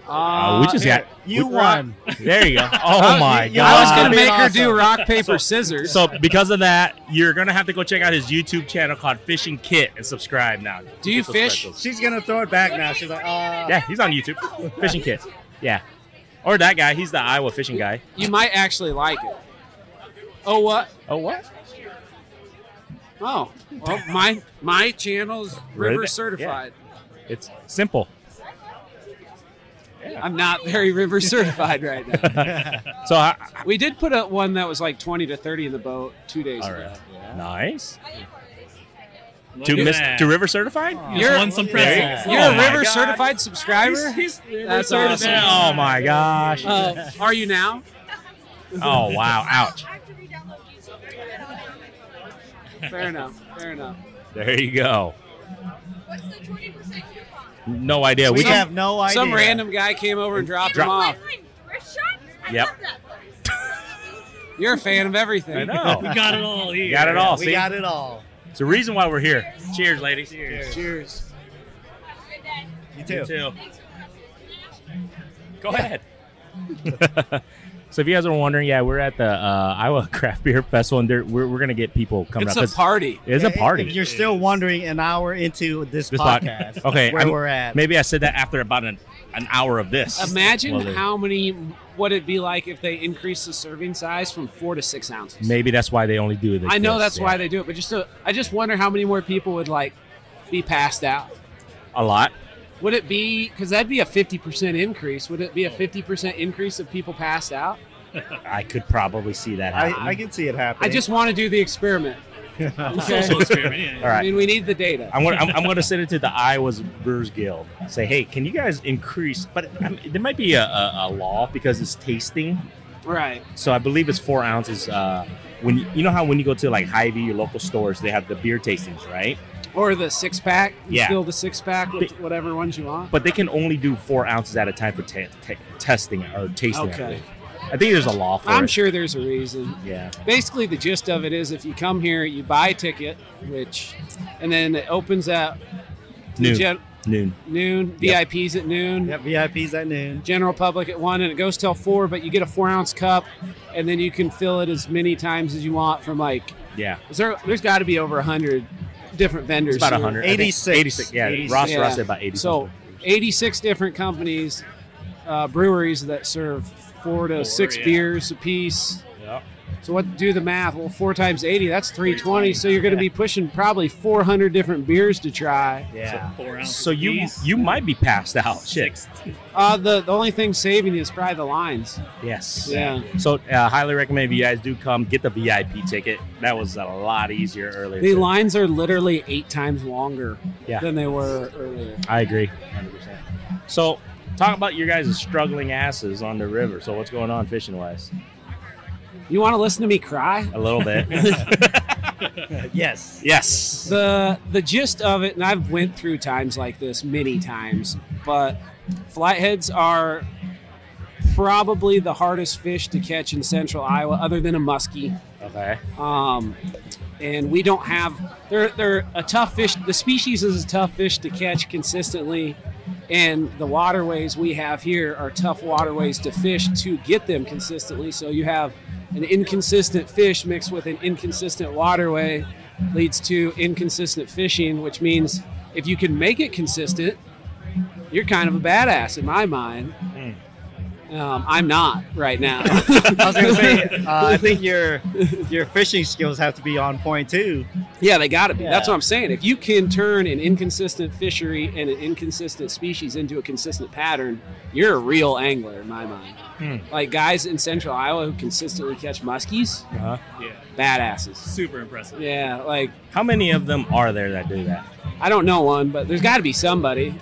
Speaker 4: Uh, we just got.
Speaker 2: You won.
Speaker 4: <laughs> There you go.
Speaker 7: Uh,
Speaker 4: Oh my god.
Speaker 7: I was gonna
Speaker 2: That'd be
Speaker 7: make her do
Speaker 2: awesome.
Speaker 7: rock paper scissors.
Speaker 4: So because of that, you're gonna have to go check out his YouTube channel called Fishing Kit and subscribe now.
Speaker 7: Do you
Speaker 4: Get those
Speaker 7: fish?
Speaker 4: specials.
Speaker 2: She's gonna throw it back now. She's like, uh,
Speaker 4: Yeah, he's on YouTube. Fishing Kit. Yeah. Or that guy. He's the Iowa fishing guy.
Speaker 7: you might actually like it. Oh what?
Speaker 4: Oh what?
Speaker 7: Oh, well, my my channel's
Speaker 4: Really?
Speaker 7: river
Speaker 4: Yeah.
Speaker 7: certified.
Speaker 4: It's simple.
Speaker 7: I'm not very river certified right now.
Speaker 4: So I,
Speaker 7: We did put up one that was like 20 to 30 in the boat two days
Speaker 4: all
Speaker 7: ago.
Speaker 4: right. Nice.
Speaker 5: Look
Speaker 4: To
Speaker 5: at
Speaker 4: miss
Speaker 5: that.
Speaker 4: to river certified.
Speaker 5: Just
Speaker 7: You're-
Speaker 5: won some
Speaker 4: There you
Speaker 5: presents.
Speaker 4: go.
Speaker 7: You're
Speaker 4: Oh
Speaker 7: a
Speaker 4: my
Speaker 7: river
Speaker 4: God.
Speaker 7: certified subscriber. That's
Speaker 4: Awesome.
Speaker 7: awesome.
Speaker 4: Oh my gosh.
Speaker 7: Uh, <laughs> are you now?
Speaker 4: Oh wow. Ouch.
Speaker 7: <laughs> Fair enough. Fair enough.
Speaker 4: There you go.
Speaker 8: What's the 20% coupon?
Speaker 4: No idea.
Speaker 2: we
Speaker 4: We can.
Speaker 2: have no idea.
Speaker 7: Some random guy came over and dropped him
Speaker 4: Drop-
Speaker 7: off.
Speaker 8: Wait, wait, thrift shop? I
Speaker 4: Yep.
Speaker 8: love that
Speaker 2: <laughs>
Speaker 8: place.
Speaker 7: You're a fan of
Speaker 4: <laughs>
Speaker 7: everything.
Speaker 4: I know.
Speaker 5: We got it all here.
Speaker 4: We got it all.
Speaker 2: We
Speaker 4: See,
Speaker 2: got it all.
Speaker 4: it's the reason why we're here. Cheers, ladies.
Speaker 2: Cheers.
Speaker 8: Have a good day.
Speaker 2: You
Speaker 4: You
Speaker 2: too.
Speaker 4: too.
Speaker 8: Thanks for coming.
Speaker 4: Go ahead. <laughs> so if you guys are wondering, yeah, we're at the uh, Iowa <laughs> Craft Beer Festival, and there- we're, we're gonna get people coming
Speaker 7: It's
Speaker 4: up.
Speaker 7: a party.
Speaker 4: it's a
Speaker 2: If-
Speaker 4: party.
Speaker 2: If you're still wondering an hour into this,
Speaker 4: This pod- <laughs>
Speaker 2: podcast,
Speaker 4: Okay,
Speaker 2: where
Speaker 4: I'm-
Speaker 2: we're at.
Speaker 4: Maybe I said that after about an, an hour of this.
Speaker 7: Imagine
Speaker 4: Well,
Speaker 7: how many would it be like if they increased the serving size from four to six ounces.
Speaker 4: Maybe that's why they only do it.
Speaker 7: I know that's why they do it, but just to, I just wonder how many more people would like be passed out.
Speaker 4: a lot.
Speaker 7: Would it be because that'd be a fifty percent increase? Would it be a fifty percent increase of people passed out?
Speaker 4: I could probably see that. Happen.
Speaker 2: I, I can see it
Speaker 7: I
Speaker 2: happening.
Speaker 7: just want to do
Speaker 4: <laughs>
Speaker 7: the experiment. Okay?
Speaker 5: Social experiment. yeah.
Speaker 4: All right.
Speaker 7: I <laughs> mean, we need the data.
Speaker 4: I'm gonna, I'm, I'm gonna send it to the Iowa's Brewers Guild. Say, hey, can you guys increase? But I mean, there might be a, a, a law because it's tasting.
Speaker 7: Right.
Speaker 4: So I believe it's four ounces. Uh, when you, you know how when you go to like Hy-Vee, your local stores, they have the beer tastings, right?
Speaker 7: Or the six pack. You
Speaker 4: Yeah.
Speaker 7: Still the six pack, with whatever ones you want.
Speaker 4: But they can only do four ounces at a time for ta ta- testing or tasting. I,
Speaker 7: Okay.
Speaker 4: believe. I think there's a law for
Speaker 7: I'm
Speaker 4: it.
Speaker 7: sure there's a reason.
Speaker 4: Yeah.
Speaker 7: Basically, the gist of it is if you come here, you buy a ticket, which, and then it opens at
Speaker 4: Noon.
Speaker 7: gen-
Speaker 4: Noon.
Speaker 7: noon,
Speaker 4: Yep.
Speaker 7: VIPs at noon,
Speaker 2: Yep, VIPs at noon.
Speaker 7: general public at one, and it goes till four, but you get a four ounce cup, and then you can fill it as many times as you want from like,
Speaker 4: Yeah.
Speaker 7: is there, there's got to be over 100 different vendors.
Speaker 4: It's about
Speaker 7: here.
Speaker 4: 100.
Speaker 2: 86.
Speaker 4: 86. Yeah.
Speaker 2: 86.
Speaker 4: Ross, Ross
Speaker 7: Yeah.
Speaker 4: said about 86.
Speaker 7: So, 86 different companies, uh, breweries that serve four to six
Speaker 5: yeah.
Speaker 7: beers apiece.
Speaker 4: Yep.
Speaker 7: So what? Do the math. Well, four times eighty, that's three twenty. So you're going to be pushing probably four hundred different beers to try.
Speaker 2: Yeah.
Speaker 5: Four ounces
Speaker 4: So you
Speaker 5: apiece.
Speaker 4: you might be passed out. Shit.
Speaker 7: Uh, the the only thing saving you is probably the lines.
Speaker 4: Yes.
Speaker 7: Yeah.
Speaker 4: So uh, highly recommend if you guys do come get the VIP ticket. That was a lot easier earlier.
Speaker 7: The
Speaker 4: too.
Speaker 7: lines are literally eight times longer
Speaker 4: Yeah.
Speaker 7: than they were earlier.
Speaker 4: I agree. 100%. So talk about your guys' struggling asses on the river. So what's going on fishing wise?
Speaker 7: You want to listen to me cry?
Speaker 4: A little
Speaker 7: <laughs>
Speaker 4: bit. <laughs>
Speaker 2: Yes.
Speaker 4: yes.
Speaker 7: The the gist of it, and I've went through times like this many times, but flatheads are probably the hardest fish to catch in central Iowa, other than a muskie.
Speaker 4: Okay.
Speaker 7: um, and we don't have they're they're a tough fish the species is a tough fish to catch consistently and the waterways we have here are tough waterways to fish to get them consistently so you have an inconsistent fish mixed with an inconsistent waterway leads to inconsistent fishing which means if you can make it consistent you're kind of a badass in my mind um, i'm not right now
Speaker 2: <laughs> Hmm. <laughs> I was gonna say. Uh, <laughs> I think your your fishing skills have to be on point too.
Speaker 7: Yeah, they got to be. That's
Speaker 2: Yeah.
Speaker 7: what I'm saying. If you can turn an inconsistent fishery and an inconsistent species into a consistent pattern, you're a real angler in my mind. Like guys in Central Iowa who consistently catch muskies,
Speaker 4: Uh-huh.
Speaker 5: Yeah.
Speaker 7: badasses.
Speaker 5: Super impressive. <laughs>
Speaker 7: Yeah, like
Speaker 4: How many of them are there that do that?
Speaker 7: I don't know one, but there's got to be somebody.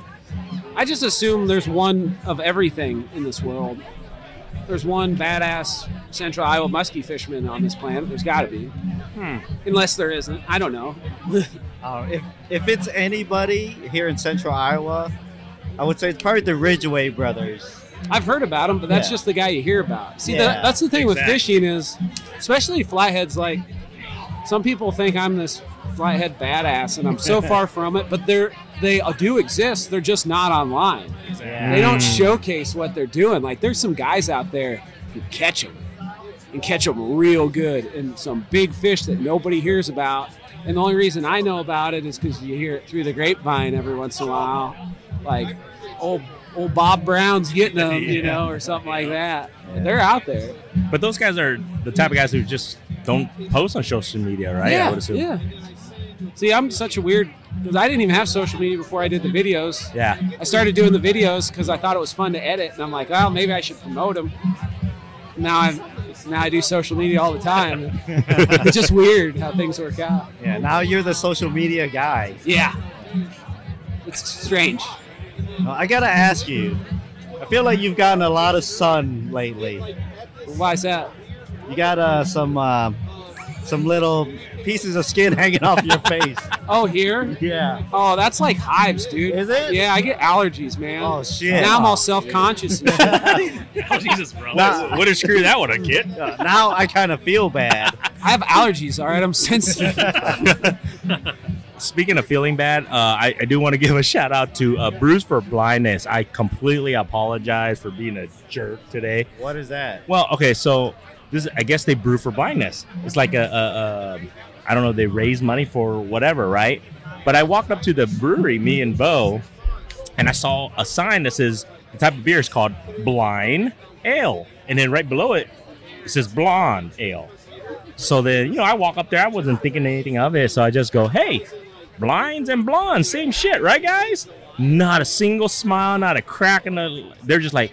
Speaker 7: I just assume there's one of everything in this world. There's one badass Central Iowa muskie fisherman on this planet. There's got to be, unless there isn't. I don't know.
Speaker 2: Uh, if if it's anybody here in Central Iowa, I would say it's probably the Ridgeway brothers.
Speaker 7: I've heard about them, but that's
Speaker 2: Yeah.
Speaker 7: just the guy you hear about. See,
Speaker 2: Yeah,
Speaker 7: the, that's the thing
Speaker 4: exactly.
Speaker 7: with fishing is, especially flatheads. Like, some people think I'm this flathead badass, and
Speaker 2: <laughs>
Speaker 7: I'm so far from it. But they're they uh, do exist. They're just not online. They don't
Speaker 2: Mm.
Speaker 7: showcase what they're doing. Like, there's some guys out there who catch them and catch them real good, and some big fish that nobody hears about. And the only reason I know about it is because you hear it through the grapevine every once in a while, like old old Bob
Speaker 4: <laughs>
Speaker 7: Brown's getting them, you know, or something like that. They're out there.
Speaker 4: But those guys are the type of guys who just don't post on social media, right? Oh, I
Speaker 7: yeah,
Speaker 4: would assume.
Speaker 7: yeah. See, I'm such a weird because I didn't even have social media before I did the videos.
Speaker 4: Yeah.
Speaker 7: I started doing the videos because I thought it was fun to edit, and I'm like, well, maybe I should promote them. Now I now I do social media all the time.
Speaker 4: <laughs>
Speaker 7: it's just weird how things work out.
Speaker 2: Yeah, now you're the social media guy.
Speaker 7: Yeah, it's strange.
Speaker 2: Uh, I gotta ask you. I feel like you've gotten a lot of sun lately.
Speaker 7: Why is that?
Speaker 2: You got uh, some uh, some little pieces of skin <laughs> hanging off your face.
Speaker 7: Oh, here?
Speaker 2: Yeah.
Speaker 7: Oh, that's like hives, dude.
Speaker 2: Is it?
Speaker 7: Yeah, I get allergies, man.
Speaker 2: Oh shit.
Speaker 7: Now I'm all self conscious. I
Speaker 2: <laughs>
Speaker 5: Oh, Jesus, bro.
Speaker 2: Now,
Speaker 4: Would have Uh, screwed that one, a kid.
Speaker 2: Uh, now I kind of feel bad.
Speaker 7: have allergies, all right? I'm
Speaker 2: <laughs>
Speaker 7: sensitive.
Speaker 4: Speaking of feeling bad, uh, I, I do want to give a shout out to uh, Bruce for blindness. I completely apologize for being a jerk today.
Speaker 2: What is that?
Speaker 4: Well, okay, so this I guess they brew for blindness. It's like a, a, a I don't know, they raise money for whatever, right? But I walked up to the brewery, me and Bo, and I saw a sign that says the type of beer is called blind ale, and then right below it it says blonde ale. So then, you know, I walk up there. I wasn't thinking anything of it, so I just go, "Hey, blinds and blondes, same shit, right, guys?" Not a single smile, not a crack in the. They're just like,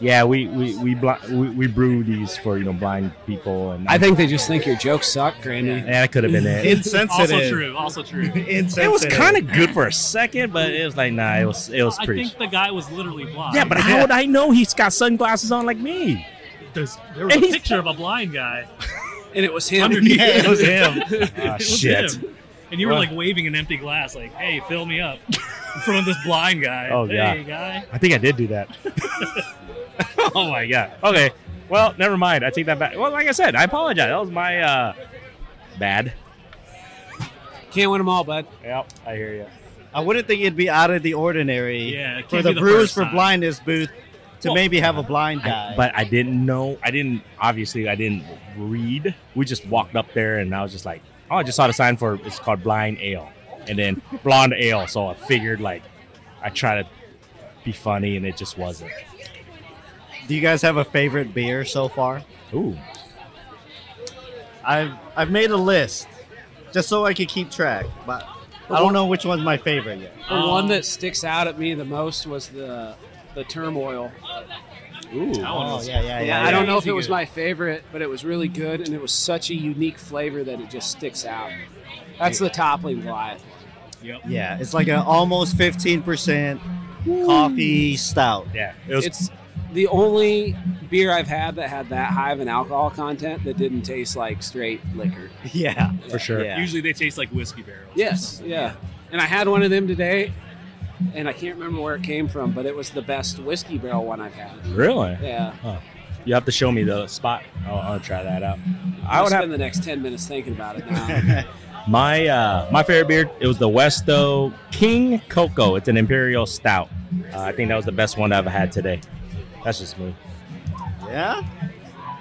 Speaker 4: "Yeah, we we we bli- we, we brew these for you know blind people," and
Speaker 7: I think they just think your jokes suck, Granny.
Speaker 4: Yeah, that could have been it.
Speaker 2: Insensitive.
Speaker 5: Also true.
Speaker 4: <laughs>
Speaker 5: Also true.
Speaker 2: Insensitive.
Speaker 4: It was kind of good for a second, but it was like, nah, it was it was
Speaker 5: I
Speaker 4: pretty.
Speaker 5: think the guy was literally blind.
Speaker 4: yeah, but how would I know he's got sunglasses on like me?
Speaker 5: There's,
Speaker 4: <laughs>
Speaker 5: there was a
Speaker 4: And he's-
Speaker 5: picture of a blind guy <laughs>
Speaker 7: And it was him.
Speaker 5: underneath.
Speaker 2: Yeah,
Speaker 7: <laughs>
Speaker 2: it was him.
Speaker 4: Ah,
Speaker 5: <laughs> It was
Speaker 4: shit.
Speaker 5: him. And you were
Speaker 4: Well-
Speaker 5: like waving an empty glass, like, "Hey, fill me up," in front of this blind guy.
Speaker 4: Oh,
Speaker 5: hey,
Speaker 4: God.
Speaker 5: guy.
Speaker 4: I think I did do <laughs> that. oh my god. Okay. Well, never mind. I take that back. Well, like I said, I apologize. That was my uh bad.
Speaker 7: Can't win them all, bud.
Speaker 4: Yep, I hear you.
Speaker 2: I wouldn't think it'd be out of the ordinary
Speaker 5: Yeah, it
Speaker 2: for
Speaker 5: can't
Speaker 2: the,
Speaker 5: be the
Speaker 2: Brews
Speaker 5: first
Speaker 2: for
Speaker 5: time.
Speaker 2: Blindness booth to
Speaker 5: Well,
Speaker 2: maybe have a blind guy.
Speaker 4: But I didn't know. I didn't obviously I didn't read. We just walked up there and I was just like, "Oh, I just saw the sign for it's called Blind Ale." And then Blonde Ale, so I figured like I try to be funny and it just wasn't.
Speaker 2: Do you guys have a favorite beer so far?
Speaker 4: Ooh.
Speaker 2: I've I've made a list just so I could keep track, but I don't know which one's my favorite yet.
Speaker 7: The
Speaker 5: Um,
Speaker 7: one that sticks out at me the most was the the turmoil.
Speaker 4: Ooh.
Speaker 2: Oh yeah, yeah, yeah.
Speaker 7: I don't know if
Speaker 5: Crazy
Speaker 7: it was
Speaker 5: good.
Speaker 7: my favorite, but it was really good, and it was such a unique flavor that it just sticks out. That's the toppling Goliath.
Speaker 2: Yeah, it's like an almost fifteen percent coffee stout.
Speaker 4: Yeah. It was
Speaker 7: It's the only beer I've had that had that high of an alcohol content that didn't taste like straight liquor.
Speaker 2: Yeah,
Speaker 4: for sure.
Speaker 2: Yeah.
Speaker 5: Usually they taste like whiskey barrels.
Speaker 7: Yes, yeah. And I had one of them today, and I can't remember where it came from, but it was the best whiskey barrel one I've had.
Speaker 4: Really?
Speaker 7: Yeah.
Speaker 4: You have to show me the spot. I'll, I'll try that out. I
Speaker 7: I will
Speaker 4: would
Speaker 7: spend
Speaker 4: have
Speaker 7: the next 10 minutes thinking about it now.
Speaker 4: <laughs> my uh, my favorite beer. It was the Westo King Cocoa. It's an imperial stout. Uh, I think that was the best one I've had today. That's just me.
Speaker 2: yeah.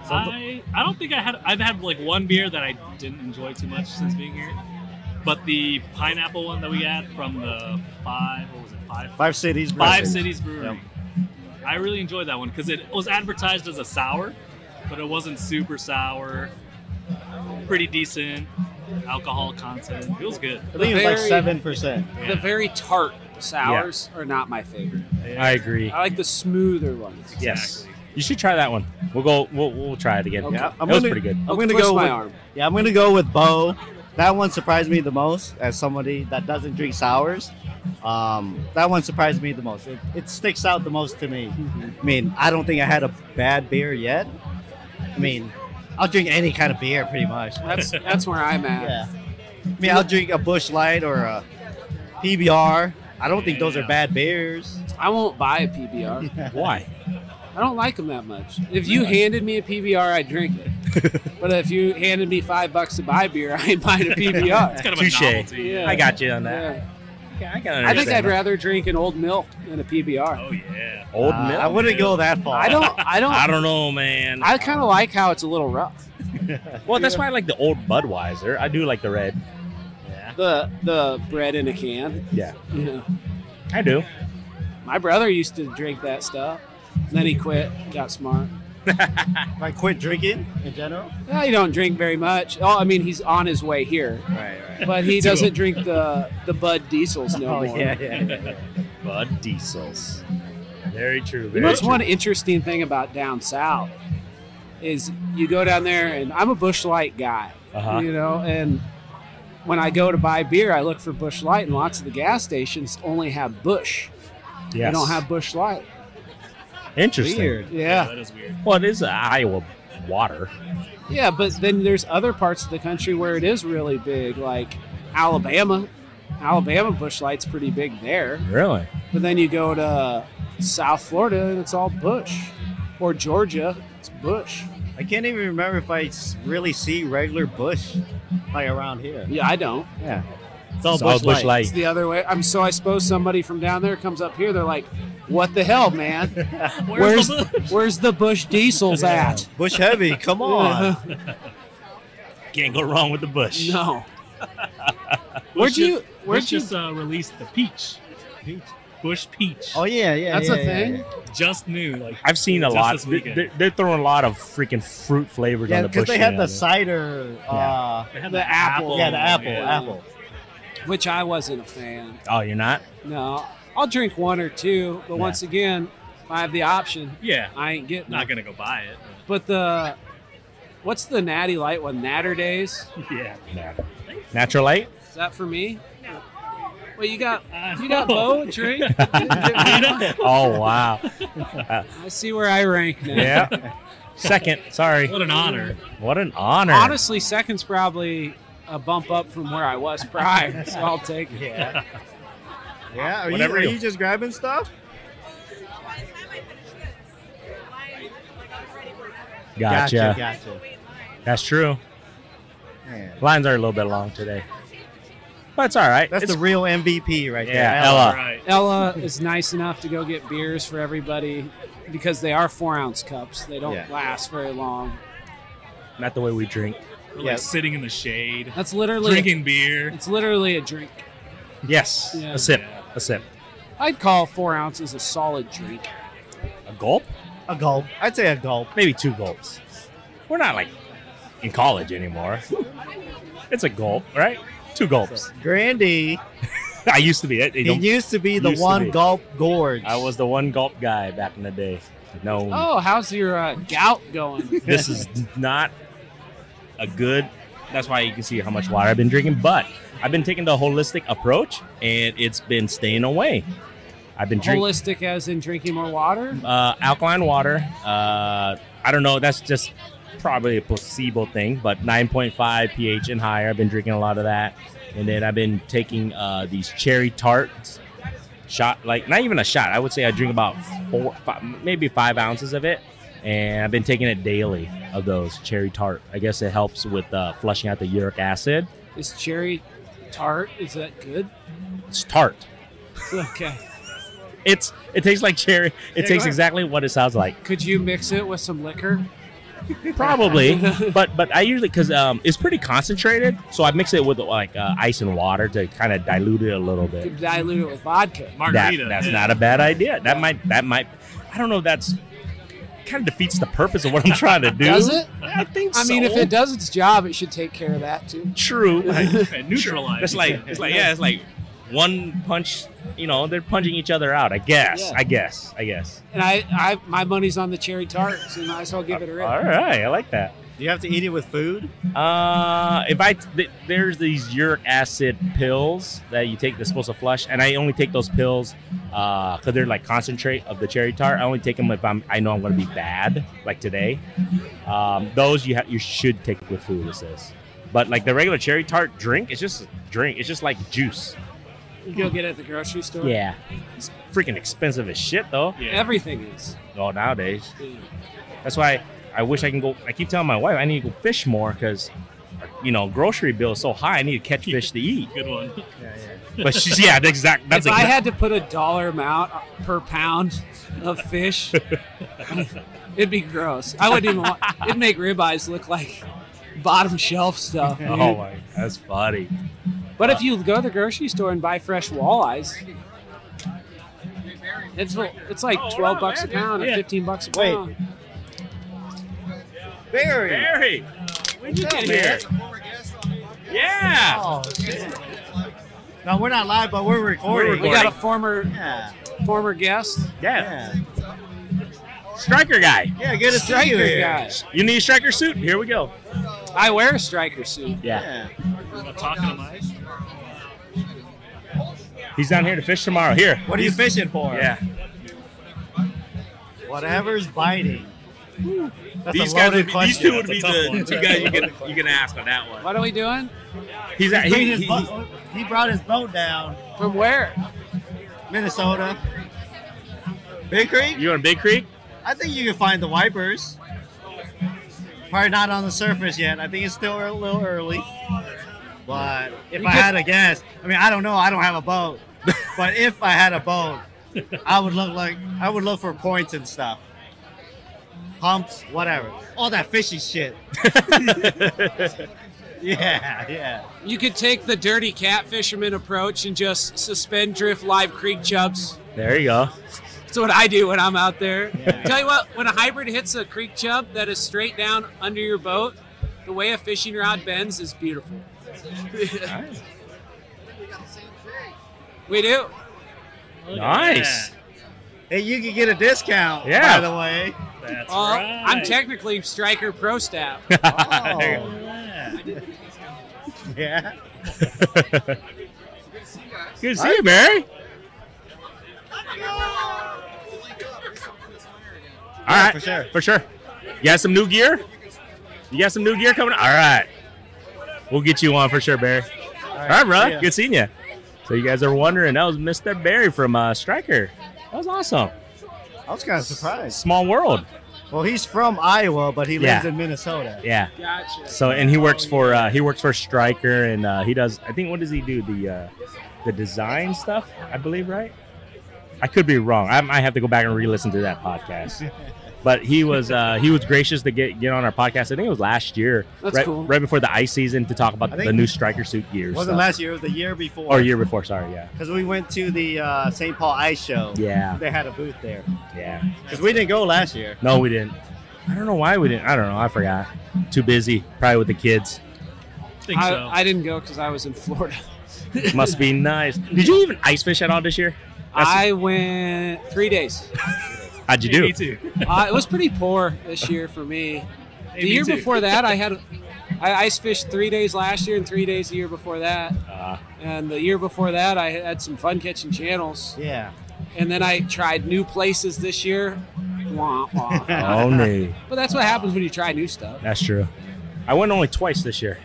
Speaker 5: I, I don't think I had. I've had like one beer that I didn't enjoy too much since being here, but the pineapple one that we had from the five. What was it? Five.
Speaker 2: Five cities.
Speaker 5: Five
Speaker 2: Brews.
Speaker 5: Cities Brewery. I really enjoyed that one because it was advertised as a sour, but it wasn't super sour. Pretty decent alcohol content. It was good.
Speaker 2: I think it was like
Speaker 7: Very-
Speaker 2: seven percent.
Speaker 5: Yeah.
Speaker 7: The very tart sours are not my favorite.
Speaker 4: I agree.
Speaker 7: I like the smoother ones.
Speaker 4: Yes.
Speaker 5: Exactly.
Speaker 4: You should try that one. We'll go. We'll, we'll try it again.
Speaker 7: Okay.
Speaker 4: Yeah, that
Speaker 2: I'm
Speaker 4: was
Speaker 2: gonna-
Speaker 4: pretty good.
Speaker 2: <laughs> I'm gonna
Speaker 7: Twist
Speaker 2: go
Speaker 7: my
Speaker 2: with-
Speaker 7: arm.
Speaker 2: Yeah, I'm gonna go with Bo. That one surprised me the most as somebody that doesn't drink sours. Um, that one surprised me the most. It, it sticks out the most to me. I mean, I don't think I had a bad beer yet. I mean, I'll drink any kind of beer pretty much.
Speaker 7: That's that's where I'm at.
Speaker 2: Yeah. I mean, I'll drink a Bush Light or a PBR. I don't think those are bad beers.
Speaker 7: I won't buy a PBR.
Speaker 4: Why?
Speaker 7: I don't like them that much. If you handed me a PBR, I'd drink it. but if you handed me five bucks to buy beer, I'd buy a
Speaker 5: It's
Speaker 7: PBR.
Speaker 5: kind of
Speaker 4: Touche.
Speaker 5: a novelty.
Speaker 7: Yeah.
Speaker 4: I got you on that.
Speaker 7: Yeah.
Speaker 4: Okay, I, can
Speaker 7: I think
Speaker 4: understand
Speaker 7: I'd
Speaker 4: that.
Speaker 7: rather drink an old milk than a PBR.
Speaker 5: Oh yeah.
Speaker 4: old
Speaker 2: Uh,
Speaker 4: milk.
Speaker 2: I wouldn't go that far.
Speaker 7: I don't. I don't.
Speaker 4: <laughs> I
Speaker 7: I,
Speaker 4: don't know, man.
Speaker 7: kind of like how it's a little rough.
Speaker 4: well, that's why I like the old Budweiser. I do like the red.
Speaker 7: The the bread in a can.
Speaker 4: Yeah,
Speaker 7: Yeah.
Speaker 4: I do.
Speaker 7: My brother used to drink that stuff. Then he quit. Got smart.
Speaker 2: Like quit drinking in general.
Speaker 7: Well, he don't drink very much. Oh, I mean, he's on his way here,
Speaker 2: Right, right.
Speaker 7: but he doesn't drink the the Bud Diesels no
Speaker 2: Oh <laughs>
Speaker 7: more.
Speaker 2: yeah, yeah. yeah.
Speaker 4: Bud Diesels. Very true.
Speaker 7: You
Speaker 4: Very
Speaker 7: know, what's
Speaker 4: true.
Speaker 7: one interesting thing about down south is you go down there, and I'm a Bush Light guy,
Speaker 4: Uh-huh.
Speaker 7: you know, and when I go to buy beer, I look for Bush Light, and lots of the gas stations only have Bush.
Speaker 4: Yes.
Speaker 7: They don't have Bush Light.
Speaker 4: Interesting.
Speaker 2: Weird.
Speaker 7: Yeah,
Speaker 5: That is weird.
Speaker 4: Well, it is Iowa water.
Speaker 7: yeah, but then there's other parts of the country where it is really big, like Alabama. Alabama Bush Light's pretty big there.
Speaker 4: Really?
Speaker 7: But then you go to South Florida and it's all bush, or Georgia, it's bush.
Speaker 2: I can't even remember if I s- really see regular bush like around here.
Speaker 7: Yeah, I don't.
Speaker 2: Yeah, it's all
Speaker 4: It's
Speaker 2: bush,
Speaker 4: all Bush
Speaker 2: light.
Speaker 7: It's the other way. I'm so I suppose somebody from down there comes up here. They're like, "What the hell, man?
Speaker 5: <laughs> Where's, the the
Speaker 7: Where's the bush diesels at?" Uh-huh.
Speaker 2: Bush heavy.
Speaker 4: <laughs>
Speaker 2: Come on.
Speaker 4: Can't go wrong with the bush.
Speaker 7: no. Where'd you?
Speaker 5: Bush
Speaker 7: Where'd you?
Speaker 5: just uh, released the peach. Bush peach.
Speaker 2: Oh yeah, yeah.
Speaker 7: That's
Speaker 2: yeah,
Speaker 7: a
Speaker 2: yeah,
Speaker 7: thing.
Speaker 2: yeah.
Speaker 5: Just new. Like
Speaker 4: I've seen a
Speaker 5: Just
Speaker 4: lot.
Speaker 5: this weekend.
Speaker 4: They're, they're throwing a lot of freaking fruit flavors
Speaker 2: Yeah,
Speaker 4: on the
Speaker 2: because
Speaker 4: bush.
Speaker 2: they had
Speaker 4: now, man.
Speaker 2: the cider. Uh,
Speaker 5: they had
Speaker 7: The apple.
Speaker 2: yeah, the apple.
Speaker 5: yeah.
Speaker 2: Apple.
Speaker 7: Which I wasn't a fan.
Speaker 4: Oh, you're not?
Speaker 7: No, I'll drink one or two, but
Speaker 4: Yeah.
Speaker 7: once again, if I have the option,
Speaker 5: Yeah.
Speaker 7: I ain't getting.
Speaker 5: Not
Speaker 7: it.
Speaker 5: gonna go buy it.
Speaker 7: But the what's the natty light one? Natter days.
Speaker 5: but- Yeah.
Speaker 4: Natural light?
Speaker 7: Is that for me? Well, you got
Speaker 5: I
Speaker 7: you got
Speaker 5: know.
Speaker 7: Bo
Speaker 5: <laughs>
Speaker 7: a drink.
Speaker 4: oh, wow.
Speaker 7: I see where I rank now.
Speaker 4: Yeah. Second. Sorry.
Speaker 5: What an honor.
Speaker 4: What an honor.
Speaker 7: Honestly, second's probably a bump up from where I was prior, <laughs> so I'll take it.
Speaker 2: Yeah. Yeah. Are, you,
Speaker 4: Whatever
Speaker 2: are
Speaker 4: you-
Speaker 2: you just grabbing stuff?
Speaker 8: By the time I finish this, mine, like, I'm ready for it.
Speaker 4: Gotcha.
Speaker 2: Gotcha.
Speaker 8: Wait in line.
Speaker 4: That's true.
Speaker 2: Yeah.
Speaker 4: Lines are a little bit long today. But it's all right.
Speaker 2: That's
Speaker 4: It's-
Speaker 2: the real MVP right there.
Speaker 4: Yeah, Ella.
Speaker 5: All right.
Speaker 7: Ella is nice enough to go get beers for everybody because they are four ounce cups. They don't
Speaker 2: Yeah.
Speaker 7: last very long.
Speaker 4: not the way we drink.
Speaker 5: We're
Speaker 2: Yeah.
Speaker 5: like sitting in the shade,
Speaker 7: That's literally
Speaker 5: drinking beer.
Speaker 7: It's literally a drink.
Speaker 4: Yes.
Speaker 7: Yeah.
Speaker 4: A sip. A sip.
Speaker 7: I'd call four ounces a solid drink.
Speaker 4: A gulp?
Speaker 2: A gulp. I'd say a gulp.
Speaker 4: Maybe two gulps. We're not like in college anymore. it's a gulp, right? Two gulps.
Speaker 2: Grandy,
Speaker 4: I used to be. I, you
Speaker 2: he
Speaker 4: know,
Speaker 2: used to be the
Speaker 4: used to
Speaker 2: one
Speaker 4: be.
Speaker 2: gulp gorge.
Speaker 4: I was the one gulp guy back in the day. No,
Speaker 7: Oh, how's your uh, gout
Speaker 2: <laughs>
Speaker 7: going?
Speaker 4: this is not a good. That's why you can see how much water I've been drinking. But I've been taking the holistic approach, and it's been staying away. I've been drinking.
Speaker 7: Holistic as in drinking more water?
Speaker 4: uh, alkaline water. Uh, I don't know. That's just probably a placebo thing, but 9.5 pH and higher. I've been drinking a lot of that, and then I've been taking uh, these cherry tarts. Shot like not even a shot. I would say I drink about four, five, maybe five ounces of it, and I've been taking it daily of those cherry tart. I guess it helps with uh, flushing out the uric acid.
Speaker 7: Is cherry tart, is that good? <laughs>
Speaker 4: It's tart.
Speaker 7: Okay.
Speaker 4: It's it tastes like cherry. It
Speaker 7: go
Speaker 4: tastes
Speaker 7: ahead.
Speaker 4: exactly what it sounds like.
Speaker 7: Could you mix it with some liquor?
Speaker 5: <laughs>
Speaker 4: probably but but i usually because um it's pretty concentrated so i mix it with like uh, ice and water to kind of dilute it a little bit
Speaker 7: Could dilute it with vodka.
Speaker 4: that,
Speaker 5: Margarita.
Speaker 4: that's
Speaker 2: <laughs>
Speaker 5: yeah.
Speaker 4: not a bad idea that might that might i don't know that's kind of defeats the purpose of what i'm trying to do
Speaker 7: Does it?
Speaker 4: i think
Speaker 7: I mean,
Speaker 4: so.
Speaker 7: if it does its job, it should take care of that too. <laughs>
Speaker 4: true like,
Speaker 5: It neutralized.
Speaker 4: it's like it's like yeah it's like one punch, you know, they're punching each other out. I guess.
Speaker 7: Yeah.
Speaker 4: I guess. I guess.
Speaker 7: And I, I, my money's on the cherry tart, so might as well give it a rip.
Speaker 4: All right, I like that.
Speaker 2: Do you have to eat it with food?
Speaker 4: Uh, if I th- there's these uric acid pills that you take that's supposed to flush, and I only take those pills because they're like concentrate of the cherry tart. I only take them if I'm I know I'm gonna be bad, like today. Um, those you ha- you should take with food. It says, but like the regular cherry tart drink, it's just a drink. It's just like juice.
Speaker 7: You go get it at the grocery store.
Speaker 4: Yeah, it's freaking expensive as shit though.
Speaker 7: Everything is.
Speaker 4: Oh, nowadays.
Speaker 7: Yeah.
Speaker 4: That's why I wish I can go. I keep telling my wife I need to go fish more because, you know, grocery bill is so high. I need to catch fish to eat.
Speaker 5: Good one. <laughs>
Speaker 4: But she's yeah, that's exact. That's
Speaker 7: if I
Speaker 4: exact-
Speaker 7: had to put a dollar amount per pound of
Speaker 4: <laughs>
Speaker 7: fish, it'd be gross. I wouldn't even want. It'd make ribeyes look like bottom shelf stuff. dude.
Speaker 4: Oh my, that's funny.
Speaker 7: but if you go to the grocery store and buy fresh walleyes, it's like- it's like
Speaker 4: Oh,
Speaker 7: twelve bucks a pound or
Speaker 4: Yeah.
Speaker 7: fifteen bucks a
Speaker 2: Wait.
Speaker 7: pound.
Speaker 2: Barry.
Speaker 4: Barry, where'd you
Speaker 2: What's
Speaker 4: get
Speaker 2: up,
Speaker 4: here? Yeah.
Speaker 2: Oh, shit. No, we're not live, but we're recording.
Speaker 7: We got a former
Speaker 2: yeah.
Speaker 7: former guest.
Speaker 4: yeah,
Speaker 2: Yeah.
Speaker 4: Striker guy.
Speaker 2: Yeah, good to see you
Speaker 7: Striker
Speaker 2: here.
Speaker 7: guy.
Speaker 4: You need a striker suit. Here we go.
Speaker 7: I wear a striker suit.
Speaker 4: Yeah.
Speaker 2: Yeah.
Speaker 5: I'm talking to my
Speaker 4: He's down here to fish tomorrow. Here.
Speaker 2: What are you fishing for?
Speaker 4: Yeah.
Speaker 2: Whatever's biting. That's
Speaker 4: These
Speaker 2: a
Speaker 4: guys
Speaker 2: loaded
Speaker 4: would be,
Speaker 2: question.
Speaker 4: these two would
Speaker 2: That's
Speaker 4: be
Speaker 2: a tough
Speaker 4: the
Speaker 2: one.
Speaker 4: two guys you can you can ask on that one.
Speaker 7: What are we doing?
Speaker 4: He's at,
Speaker 2: He, bring
Speaker 4: he,
Speaker 2: his
Speaker 4: he,
Speaker 2: boat- he brought his boat down,
Speaker 7: From where?
Speaker 2: Minnesota. Big Creek?
Speaker 4: you on Big Creek?
Speaker 2: I think you can find the wipers. Probably not on the surface yet. I think it's still a little early. But if I had a guess, I mean, I don't know. I don't have
Speaker 4: <laughs>
Speaker 2: a boat. but if I had a boat, I would look like I would look for points and stuff, humps, whatever, all that
Speaker 4: <laughs>
Speaker 2: fishy shit. yeah, yeah.
Speaker 7: You could take the dirty catfisherman approach and just suspend drift live creek chubs.
Speaker 4: There you go.
Speaker 7: That's what I do when I'm out there.
Speaker 2: Yeah.
Speaker 7: Tell you what, when a hybrid hits a creek chub that is straight down under your boat, the way a fishing rod bends is beautiful. <laughs> we do.
Speaker 5: Look at
Speaker 4: Nice.
Speaker 5: that.
Speaker 2: Hey, you can get a discount.
Speaker 4: Yeah.
Speaker 2: By the
Speaker 4: <laughs>
Speaker 2: way.
Speaker 5: That's
Speaker 7: Well,
Speaker 5: right.
Speaker 7: I'm technically striker pro staff.
Speaker 2: Oh. yeah.
Speaker 4: Good to see you, Barry.
Speaker 8: <laughs>
Speaker 4: All right,
Speaker 2: for sure.
Speaker 4: for sure. You got some new gear? You got some new gear coming? All right, we'll get you on for sure, Barry. All right,
Speaker 2: see
Speaker 4: bro.
Speaker 2: ya.
Speaker 4: Good seeing you. So you guys are wondering, that was Mr. Barry from uh, Striker. That was awesome.
Speaker 2: I was kind of surprised.
Speaker 4: Small world.
Speaker 2: Well, he's from Iowa, but he lives
Speaker 4: Yeah.
Speaker 2: in Minnesota.
Speaker 4: Yeah.
Speaker 7: Gotcha.
Speaker 4: So and he works for uh, he works for Striker and uh, he does I think what does he do the uh, the design stuff I believe right I could be wrong I, I have to go back and re-listen to that
Speaker 2: <laughs>
Speaker 4: podcast but he was uh, he was gracious to get get on our podcast I think it was last year
Speaker 7: That's
Speaker 4: right,
Speaker 7: cool.
Speaker 4: right before the ice season to talk about
Speaker 2: I
Speaker 4: the
Speaker 2: think-
Speaker 4: new Striker suit gear
Speaker 2: It wasn't
Speaker 4: stuff.
Speaker 2: last year. It was the year before.
Speaker 4: or year before sorry yeah
Speaker 2: Because we went to the uh, St. Paul Ice Show.
Speaker 4: yeah
Speaker 2: They had a booth there.
Speaker 4: yeah
Speaker 2: Because we didn't go last year.
Speaker 4: no we didn't I don't know why we didn't I don't know I forgot too busy probably with the kids
Speaker 5: I think
Speaker 7: I,
Speaker 5: so.
Speaker 7: I didn't go because I was in Florida.
Speaker 5: <laughs>
Speaker 4: must be nice did you even ice fish at all this year That's-
Speaker 7: I went
Speaker 5: <laughs>
Speaker 7: three days.
Speaker 4: how'd you
Speaker 5: Hey,
Speaker 4: do
Speaker 5: Me too.
Speaker 7: Uh, it was pretty poor this year for me.
Speaker 5: Hey,
Speaker 7: The
Speaker 5: me
Speaker 7: year
Speaker 5: too. <laughs>
Speaker 7: before that, I had I ice fished three days last year and three days the year before that.
Speaker 5: Uh-huh.
Speaker 4: uh,
Speaker 7: And the year before that, I had some fun catching channels.
Speaker 2: Yeah.
Speaker 7: And then I tried new places this year. Wah, wah.
Speaker 5: <laughs>
Speaker 4: oh no.
Speaker 7: but that's what happens when you try new stuff.
Speaker 4: That's true. I went only twice this year.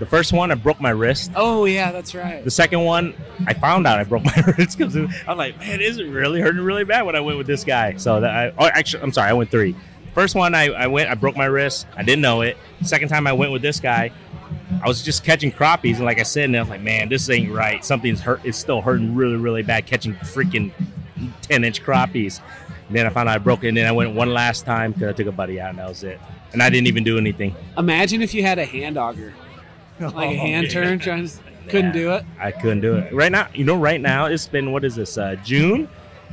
Speaker 4: The first one, I broke my wrist.
Speaker 7: Oh yeah, that's right.
Speaker 4: The second one, I found out I broke my <laughs> wrist because I'm like, man, is it really hurting really bad when I went with this guy? So that I, oh, actually, I'm sorry, I went three. First one, I, I went, I broke my wrist. I didn't know it. Second time I went with this guy, I was just catching crappies, and like I said, and I was like, man, this ain't right. Something's hurt. It's still hurting really, really bad catching freaking ten inch crappies. And then I found out I broke it, and then I went one last time because I took a buddy out, and that was it. And I didn't even do anything.
Speaker 7: Imagine if you had a
Speaker 5: <laughs>
Speaker 7: hand auger, like a hand
Speaker 5: Oh,
Speaker 7: turn, trying to,
Speaker 4: Yeah.
Speaker 7: couldn't do it.
Speaker 4: I couldn't do it right now. You know, right now it's been what is this? Uh, June.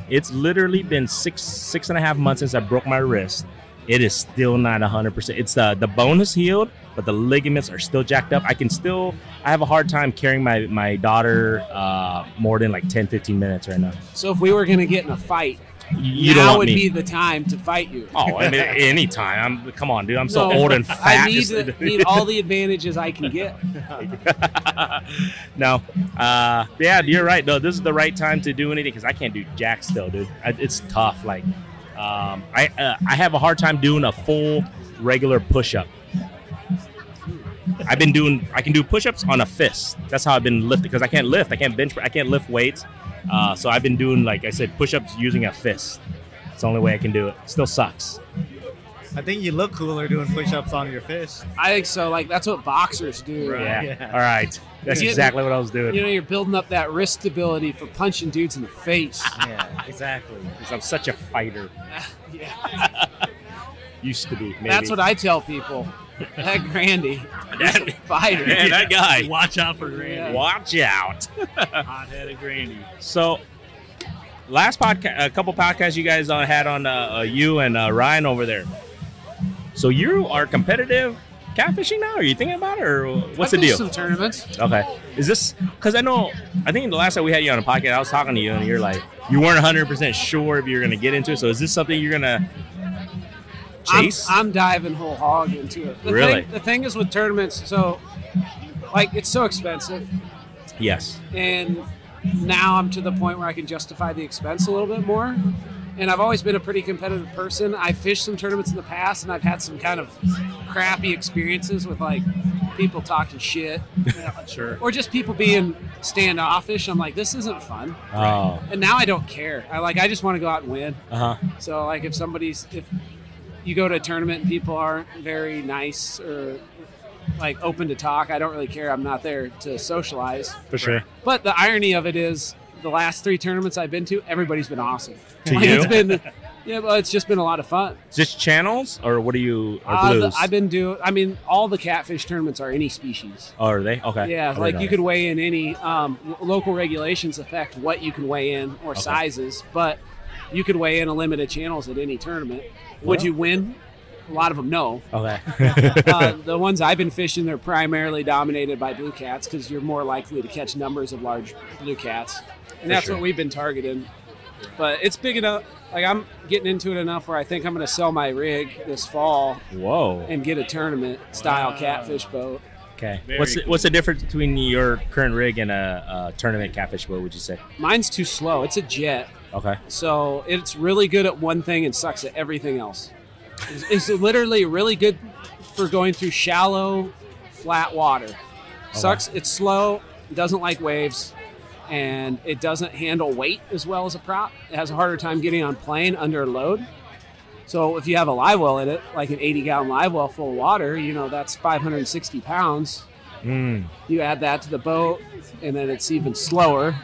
Speaker 4: It's literally been six six and a half months since I broke my wrist, It is still not 100%. It's uh, the, the bone is healed, but the ligaments are still jacked up. I can still, I have a hard time carrying my, my daughter uh, more than like 10, 15 minutes right now.
Speaker 7: So if we were gonna get in a fight,
Speaker 4: You don't
Speaker 7: now
Speaker 4: want
Speaker 7: would
Speaker 4: me.
Speaker 7: be the time to fight you.
Speaker 4: oh, I mean, <laughs> anytime. I'm, come on, dude. I'm so
Speaker 7: No,
Speaker 4: old and fat.
Speaker 7: <laughs> I need,
Speaker 4: It's-
Speaker 7: the- need
Speaker 4: <laughs>
Speaker 7: all the advantages I can get.
Speaker 4: no. Uh, yeah, you're right. No, this is the right time to do anything because I can't do jack still, dude. I, it's tough. Like, um, I uh, I have a hard time doing a full regular push up. I've been doing. I can do push ups on a fist. That's how I've been lifting because I can't lift. I can't bench. I can't lift weights. Uh, so I've been doing like I said, push ups using a fist. It's the only way I can do it. Still sucks.
Speaker 2: I think you look cooler doing push-ups on your fist.
Speaker 7: I think so. Like that's what boxers do.
Speaker 4: Yeah.
Speaker 2: Yeah.
Speaker 4: All right. That's
Speaker 7: Yeah.
Speaker 4: exactly what I was doing.
Speaker 7: You know, you're building up that wrist stability for punching dudes in
Speaker 4: <laughs>
Speaker 7: the face.
Speaker 2: Yeah, <laughs> exactly.
Speaker 4: 'Cause I'm such a fighter.
Speaker 7: yeah.
Speaker 4: Used to be. Maybe. <laughs>
Speaker 7: That's what I tell people. That Grandy,
Speaker 4: That-
Speaker 7: fighter.
Speaker 4: Man, that guy.
Speaker 5: Watch out for Granny.
Speaker 7: Yeah.
Speaker 4: Watch
Speaker 7: <laughs>
Speaker 4: out.
Speaker 5: Hot-headed Granny.
Speaker 4: So, last podcast, a couple podcasts you guys uh, had on uh, uh, you and uh, Ryan over there. So you are competitive catfishing now? Are you thinking about it, or what's
Speaker 7: I've
Speaker 4: the
Speaker 7: done
Speaker 4: deal?
Speaker 7: Some tournaments.
Speaker 4: okay, is this because I know I think the last time we had you on a podcast, I was talking to you, and you're like you weren't 100 percent sure if you're gonna get into it. So is this something you're gonna chase?
Speaker 7: I'm, I'm diving whole hog into it. The
Speaker 4: Really?
Speaker 7: Thing, the thing is with tournaments, so like it's so expensive,
Speaker 4: yes.
Speaker 7: and now I'm to the point where I can justify the expense a little bit more. And I've always been a pretty competitive person. I fished some tournaments in the past, and I've had some kind of crappy experiences with like people talking shit,
Speaker 5: Sure.
Speaker 7: or just people being standoffish. I'm like, this isn't fun.
Speaker 4: Oh.
Speaker 7: And now I don't care. I like, I just want to go out and win.
Speaker 4: Uh huh.
Speaker 7: So like if somebody's if you go to a tournament and people aren't very nice or like open to talk, I don't really care. I'm not there to socialize.
Speaker 4: For sure.
Speaker 7: But the irony of it is the last three tournaments I've been to, everybody's been awesome.
Speaker 4: To
Speaker 7: like
Speaker 4: you?
Speaker 7: it's been yeah, well, it's just been a lot of fun.
Speaker 4: Just channels, or what are you? Or
Speaker 7: Uh, the-
Speaker 4: blues?
Speaker 7: I've been doing. I mean, all the catfish tournaments are any species.
Speaker 4: oh, are they okay? I
Speaker 7: Yeah, like
Speaker 4: didn't
Speaker 7: you
Speaker 4: know
Speaker 7: could weigh in any. Um, lo- local regulations affect what you can weigh in or sizes, but you could weigh in a limit of channels at any tournament. Would
Speaker 4: Well.
Speaker 7: you win? A lot of them, no.
Speaker 4: that. Okay.
Speaker 7: Uh, the ones I've been fishing, they're primarily dominated by blue cats because you're more likely to catch numbers of large blue cats, and that's
Speaker 4: sure.
Speaker 7: what we've been targeting. But it's big enough. Like I'm getting into it enough where I think I'm going to sell my rig this fall
Speaker 4: <laughs> Whoa.
Speaker 7: and get a tournament style
Speaker 5: Wow.
Speaker 7: catfish boat.
Speaker 4: Okay.
Speaker 5: Very
Speaker 4: what's the,
Speaker 5: cool.
Speaker 4: what's the difference between your current rig and a, a tournament catfish boat? Would you say?
Speaker 7: Mine's too slow. It's a jet.
Speaker 4: Okay.
Speaker 7: So it's really good at one thing and sucks at everything else. It's, it's literally really good for going through shallow, flat water. Sucks. It's slow. Doesn't like waves, and it doesn't handle weight as well as a prop. It has a harder time getting on plane under load. So if you have a live well in it, like an 80 gallon live well full of water, you know that's 560 pounds.
Speaker 4: Mm.
Speaker 7: You add that to the boat, and then it's even slower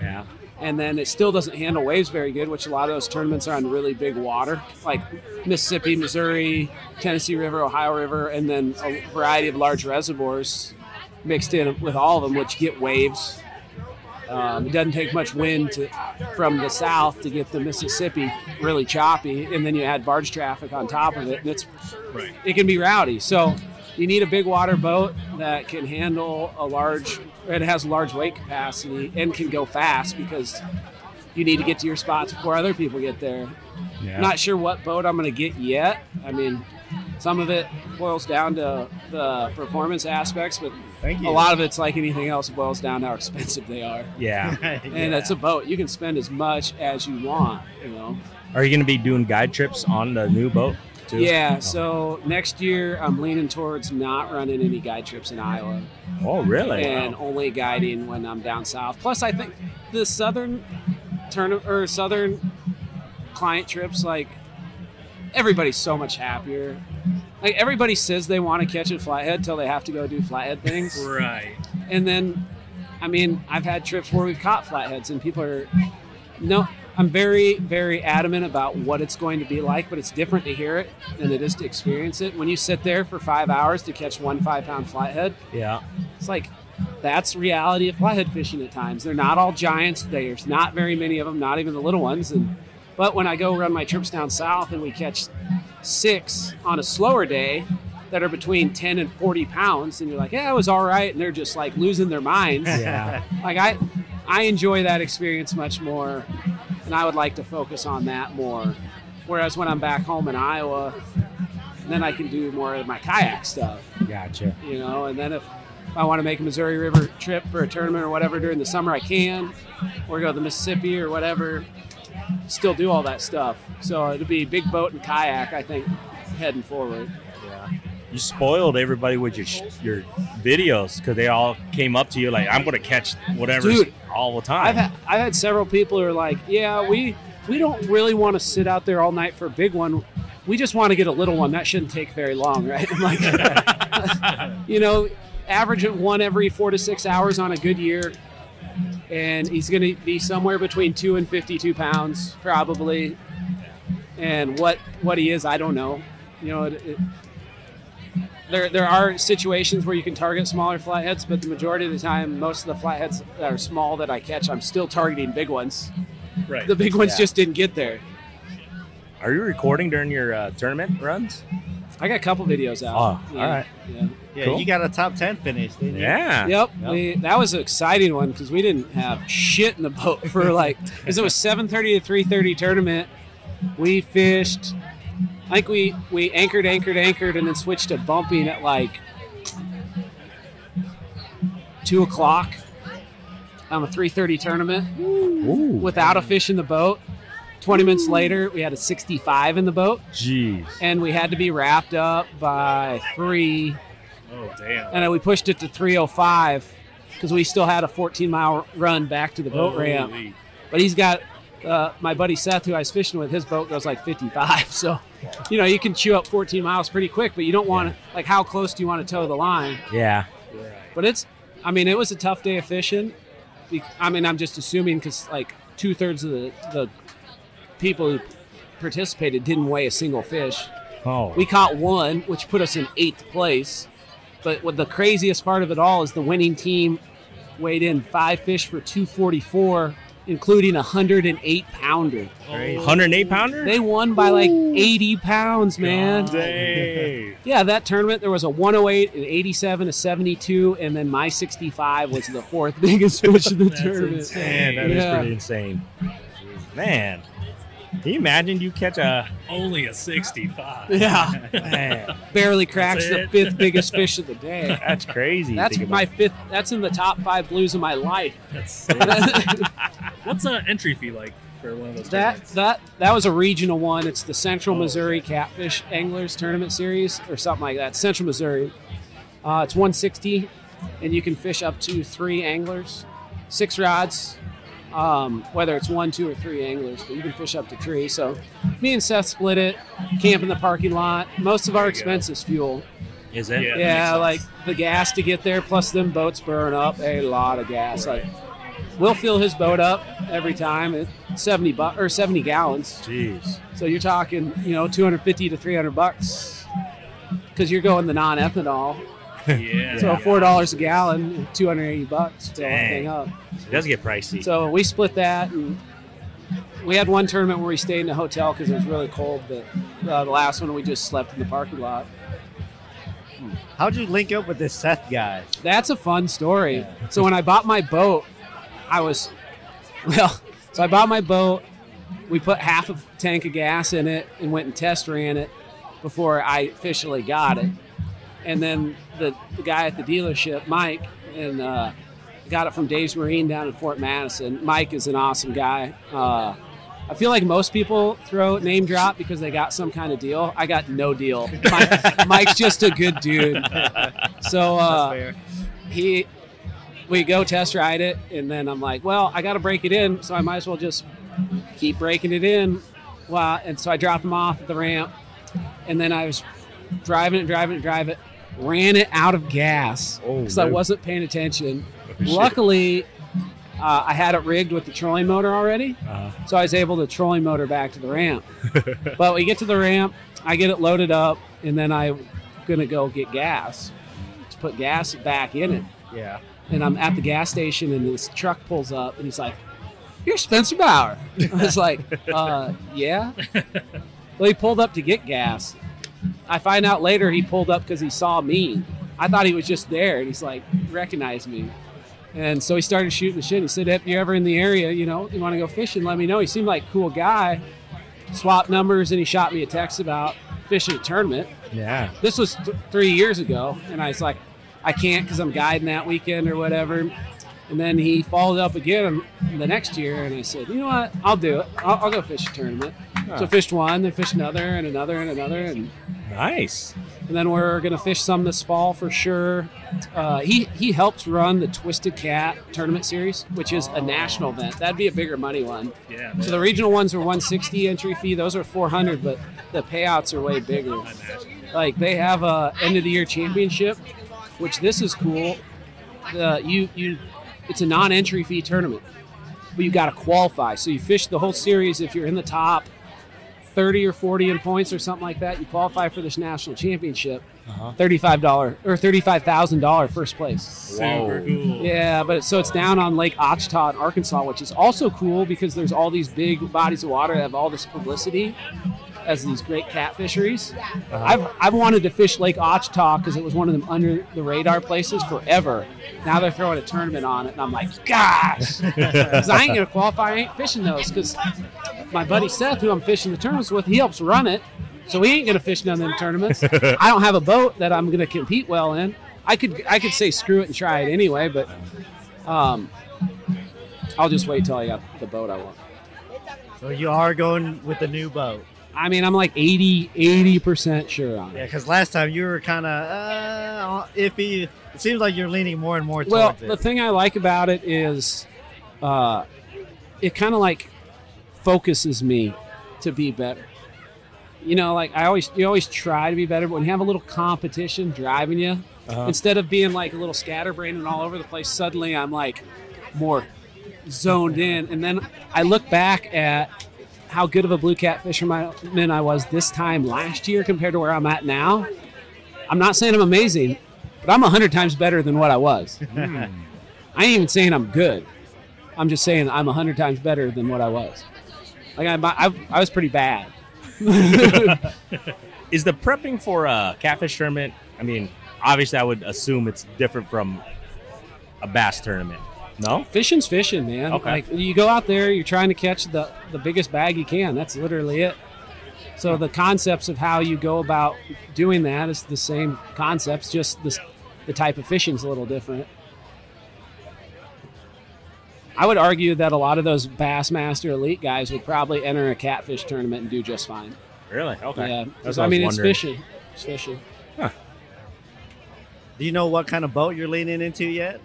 Speaker 4: Yeah.
Speaker 7: and then it still doesn't handle waves very good, which a lot of those tournaments are on really big water, like Mississippi, Missouri, Tennessee River, Ohio River, and then a variety of large reservoirs mixed in with all of them, which get waves. Um, it doesn't take much wind to, from the south to get the Mississippi really choppy, and then you add barge traffic on top of it, and it's
Speaker 5: Right.
Speaker 7: it can be rowdy. So you need a big water boat that can handle a large, it has large weight capacity and can go fast because you need to get to your spots before other people get there.
Speaker 4: Yeah.
Speaker 7: <laughs> Not sure what boat I'm going to get yet. I mean, some of it boils down to the performance aspects, but
Speaker 2: Thank you.
Speaker 7: a lot of it's like anything else, it boils down to how <laughs> expensive they are.
Speaker 4: yeah.
Speaker 7: And it's a boat. You can spend as much as you want, you know.
Speaker 4: Are you going to be doing guide trips on the new boat too? Oh.
Speaker 7: Yeah, so next year I'm leaning towards not running any guide trips in Iowa
Speaker 4: Oh, really?
Speaker 7: and only guiding when I'm down south. Plus, I think the southern turn or southern client trips, like everybody's so much happier. Like everybody says they want to catch a flathead till they have to go do flathead things,
Speaker 2: <laughs>
Speaker 5: Right.
Speaker 7: and then, I mean, I've had trips where we've caught flatheads, and people are no. I'm very, very adamant about what it's going to be like, but it's different to hear it than it is to experience it. When you sit there for five hours to catch one five pound flathead,
Speaker 4: Yeah.
Speaker 7: it's like that's reality of flathead fishing at times. They're not all giants. There's not very many of them, not even the little ones. And but when I go run my trips down south and we catch six on a slower day that are between 10 and 40 pounds and you're like yeah it was all right and they're just like losing their minds <laughs>
Speaker 9: Yeah.
Speaker 7: like i i enjoy that experience much more and i would like to focus on that more whereas when i'm back home in iowa then i can do more of my kayak stuff
Speaker 9: Gotcha.
Speaker 7: you know and then if i want to make a missouri river trip for a tournament or whatever during the summer i can or go to the mississippi or whatever still do all that stuff so it'll be big boat and kayak i think heading forward
Speaker 9: You spoiled everybody with your sh- your videos because they all came up to you like, "I'm going to catch whatever
Speaker 7: Dude,
Speaker 9: all the time."
Speaker 7: I've had, I've had several people who are like, yeah, we we don't really want to sit out there all night for a big one. We just want to get a little one. That shouldn't take very long, <laughs> right? I'm like, <laughs> you know, average at one every four to six hours on a good year. And he's going to be somewhere between two and 52 pounds, probably. And what, what he is, I don't know. You know, it, it, there, there are situations where you can target smaller flatheads, but the majority of the time, most of the flatheads that are small that I catch, I'm still targeting big ones.
Speaker 9: Right.
Speaker 7: The big ones
Speaker 9: Yeah.
Speaker 7: just didn't get there.
Speaker 9: Are you recording during your uh, tournament runs?
Speaker 7: I got a couple videos out.
Speaker 9: Oh,
Speaker 7: Yeah,
Speaker 9: all right.
Speaker 7: Yeah.
Speaker 2: Yeah,
Speaker 9: Cool.
Speaker 2: you got a top ten finish. Didn't you?
Speaker 9: Yeah.
Speaker 7: Yep. We, that was an exciting one because we didn't have shit in the boat <laughs> for like, because it was 7:30 to 3:30 tournament. We fished. I think we we anchored, anchored, anchored, and then switched to bumping at like two o'clock on a 3:30 tournament without a fish in the boat. 20 minutes later, we had a 65 in the boat,
Speaker 9: Jeez.
Speaker 7: and we had to be wrapped up by three
Speaker 5: Oh damn.
Speaker 7: and then we pushed it to 305 because we still had a 14 mile run back to the boat ramp.
Speaker 5: Holy.
Speaker 7: But he's got uh, my buddy Seth, who I was fishing with. His boat goes like 55, <laughs> so you know you can chew up 14 miles pretty quick. But you don't want to like how close do you want to tow the line?
Speaker 9: Yeah.
Speaker 7: But it's, I mean, it was a tough day of fishing. Be- I mean, I'm just assuming because like two thirds of the the people who participated didn't weigh a single fish.
Speaker 9: Oh.
Speaker 7: We caught one, which put us in eighth place. But what the craziest part of it all is the winning team weighed in five fish for 244, including a 108 pounder.
Speaker 9: 108 pounder.
Speaker 7: They won by like 80 pounds, man.
Speaker 9: Dang.
Speaker 7: Yeah, that tournament there was a 108, an 87, a 72, and then my 65 was the fourth <laughs> biggest fish of the tournament.
Speaker 9: Man, that is
Speaker 7: Yeah.
Speaker 9: pretty insane. Man, can you imagine you catch a
Speaker 5: Only a 65.
Speaker 7: Yeah,
Speaker 9: man?
Speaker 7: barely cracks the
Speaker 5: it.
Speaker 7: fifth biggest fish of the day.
Speaker 9: <laughs> That's crazy. to
Speaker 7: That's
Speaker 9: think
Speaker 7: my
Speaker 9: about.
Speaker 7: fifth. That's in the top five blues of my
Speaker 9: <laughs>
Speaker 7: life.
Speaker 5: That's sick. What's the entry fee like for one of those
Speaker 7: That
Speaker 5: tournaments?
Speaker 7: that that was a regional one. It's the Central Missouri Catfish Anglers Tournament Series or something like that. Central Missouri. Uh, it's 160, and you can fish up to three anglers, six rods. Um, whether it's one, two, or three anglers, but you can fish up to three. So, me and Seth split it. Camp in the parking lot. Most of our expense is fuel.
Speaker 9: is it?
Speaker 5: Yeah. that makes
Speaker 7: Yeah,
Speaker 5: sense.
Speaker 7: like the gas to get there, plus them boats burn up a lot of gas. Like we'll fill his boat up every time at seventy bu- or seventy gallons.
Speaker 9: Jeez.
Speaker 7: So you're talking, you know, two hundred fifty to three hundred bucks because you're going the non-ethanol.
Speaker 5: yeah.
Speaker 7: so four dollars a gallon, two hundred eighty bucks to fill
Speaker 9: Dang.
Speaker 7: everything up.
Speaker 9: It does get pricey.
Speaker 7: So we split that, and we had one tournament where we stayed in a hotel because it was really cold. But uh, the last one we just slept in the parking lot.
Speaker 2: How'd you link up with this Seth guy?
Speaker 7: That's a fun story. So when I bought my boat, I was <laughs> well, so I bought my boat. We put half a tank of gas in it and went and test ran it before I officially got it. And then the, the guy at the dealership, Mike, and uh, got it from Dave's Marine down in Fort Madison. Mike is an awesome guy. Uh, I feel like most people throw name drop because they got some kind of deal. I got no deal. Mike, Mike's just a good dude. So uh, he we go test ride it and then i'm like well i gotta break it in so i might as well just keep breaking it in well and so i dropped him off at the ramp and then i was driving it driving it driving it ran it out of gas
Speaker 9: Oh,
Speaker 7: because i
Speaker 9: no. Oh,
Speaker 7: wasn't paying attention luckily uh, i had it rigged with the trolling motor already
Speaker 9: Uh,
Speaker 7: so I was able to trolling motor back to
Speaker 9: <laughs>
Speaker 7: the ramp. but we get to the ramp, I get it loaded up, and then I'm gonna go get gas to put gas back in it.
Speaker 2: Yeah.
Speaker 7: And I'm at the gas station, and this truck pulls up, <laughs> and he's like, "You're Spencer Bauer." I was like, uh, "Yeah." Well, he pulled up to get gas. I find out later he pulled up because he saw me. I thought he was just there, and he's like, recognized me. And so he started shooting the shit. He said, if you're ever in the area, you know, you want to go fishing, let me know. He seemed like a cool guy. Swapped numbers, and he shot me a text about fishing a tournament.
Speaker 4: Yeah.
Speaker 7: This was th- three years ago, and I was like, I can't because I'm guiding that weekend or whatever. And then he followed up again the next year, and I said, you know what? I'll do it. I'll, I'll go fish a tournament. So fished one, then fished another, and another, and another, and
Speaker 4: Nice.
Speaker 7: and then we're gonna fish some this fall for sure. Uh, he he helps run the Twisted Cat tournament series, which is a national event. That'd be a bigger money one.
Speaker 5: Yeah.
Speaker 7: So the regional ones are 160 entry fee; those are 400, but the payouts are way bigger. Like they have a end of the year championship, which this is cool. The, you you, it's a non-entry fee tournament, but you got to qualify. So you fish the whole series if you're in the top 30 or 40 in points or something like that, you qualify for this national championship. $35 or $35,000 first place.
Speaker 5: Super cool.
Speaker 7: Yeah, but so it's down on Lake Ochta in Arkansas, which is also cool because there's all these big bodies of water that have all this publicity as these great cat fisheries. I've, I've wanted to fish Lake Ochta because it was one of them under the radar places forever. Now they're throwing a tournament on it, and I'm like, gosh, 'Cause I ain't gonna qualify. I ain't fishing those because my buddy Seth, who I'm fishing the tournaments with, he helps run it. So we ain't gonna fish none of them tournaments. I don't have a boat that I'm gonna compete well in. I could I could say screw it and try it anyway, but um, I'll just wait till I got the boat I want.
Speaker 10: So you are going with the new boat.
Speaker 7: I mean, I'm like 80 percent sure on
Speaker 10: Yeah,
Speaker 7: it.
Speaker 10: because last time you were kind of uh, iffy. It seems like you're leaning more and more
Speaker 7: Well,
Speaker 10: towards
Speaker 7: the
Speaker 10: it.
Speaker 7: thing I like about it is, uh, it kind of like focuses me to be better. You know, like I always, you always try to be better, but when you have a little competition driving you,
Speaker 10: Uh-huh.
Speaker 7: instead of being like a little scatterbrained and all over the place, suddenly I'm like more zoned in. And then I look back at how good of a blue cat fisherman I was this time last year compared to where I'm at now. I'm not saying I'm amazing, but I'm 100 times better than what I was. I ain't even saying I'm good. I'm just saying I'm 100 times better than what I was. Like, I, I, I was pretty bad.
Speaker 9: Is the prepping for a catfish tournament? I mean, obviously, I would assume it's different from a bass tournament. No,
Speaker 7: Fishing's fishing, man.
Speaker 9: Okay.
Speaker 7: Like you go out there, you're trying to catch the the biggest bag you can. That's literally it. So the concepts of how you go about doing that is the same concepts, just this the type of fishing's a little different. I would argue that a lot of those Bassmaster Elite guys would probably enter a catfish tournament and do just fine.
Speaker 9: really? Okay.
Speaker 7: Yeah,
Speaker 9: That's what
Speaker 7: I
Speaker 9: was
Speaker 7: mean it's
Speaker 9: wondering.
Speaker 7: fishing. It's fishing.
Speaker 10: Do you know what kind of boat you're leaning into yet?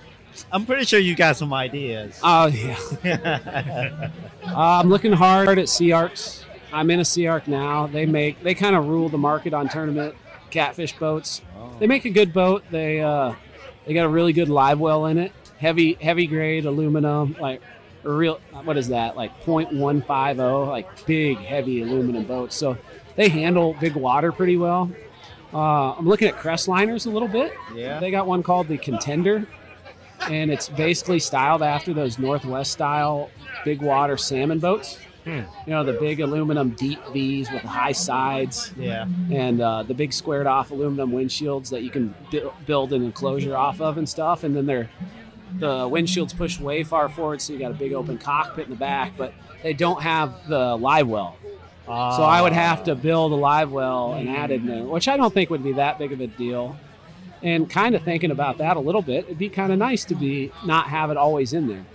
Speaker 10: I'm pretty sure you got some ideas.
Speaker 7: Oh yeah.
Speaker 9: <laughs>
Speaker 7: Uh, I'm looking hard at Sea Arcs. I'm in a Sea Arc now. They make they kind of rule the market on tournament catfish boats.
Speaker 9: Oh.
Speaker 7: They make a good boat. They uh, they got a really good live well in it. Heavy heavy grade aluminum, like a real what is that? Like 0.150, oh, like big heavy aluminum boats. So they handle big water pretty well. Uh, I'm looking at crest liners a little bit.
Speaker 10: Yeah.
Speaker 7: They got one called the Contender, and it's basically styled after those Northwest style big water salmon boats. You know, the big aluminum deep V's with high sides
Speaker 10: yeah.
Speaker 7: and uh, the big squared off aluminum windshields that you can bu- build an enclosure off of and stuff. And then they're the windshields push way far forward, so you got a big open cockpit in the back, but they don't have the live well. So I would have to build a live well and add it in, which I don't think would be that big of a deal. And kind of thinking about that a little bit, it'd be kind of nice to be not have it always in there.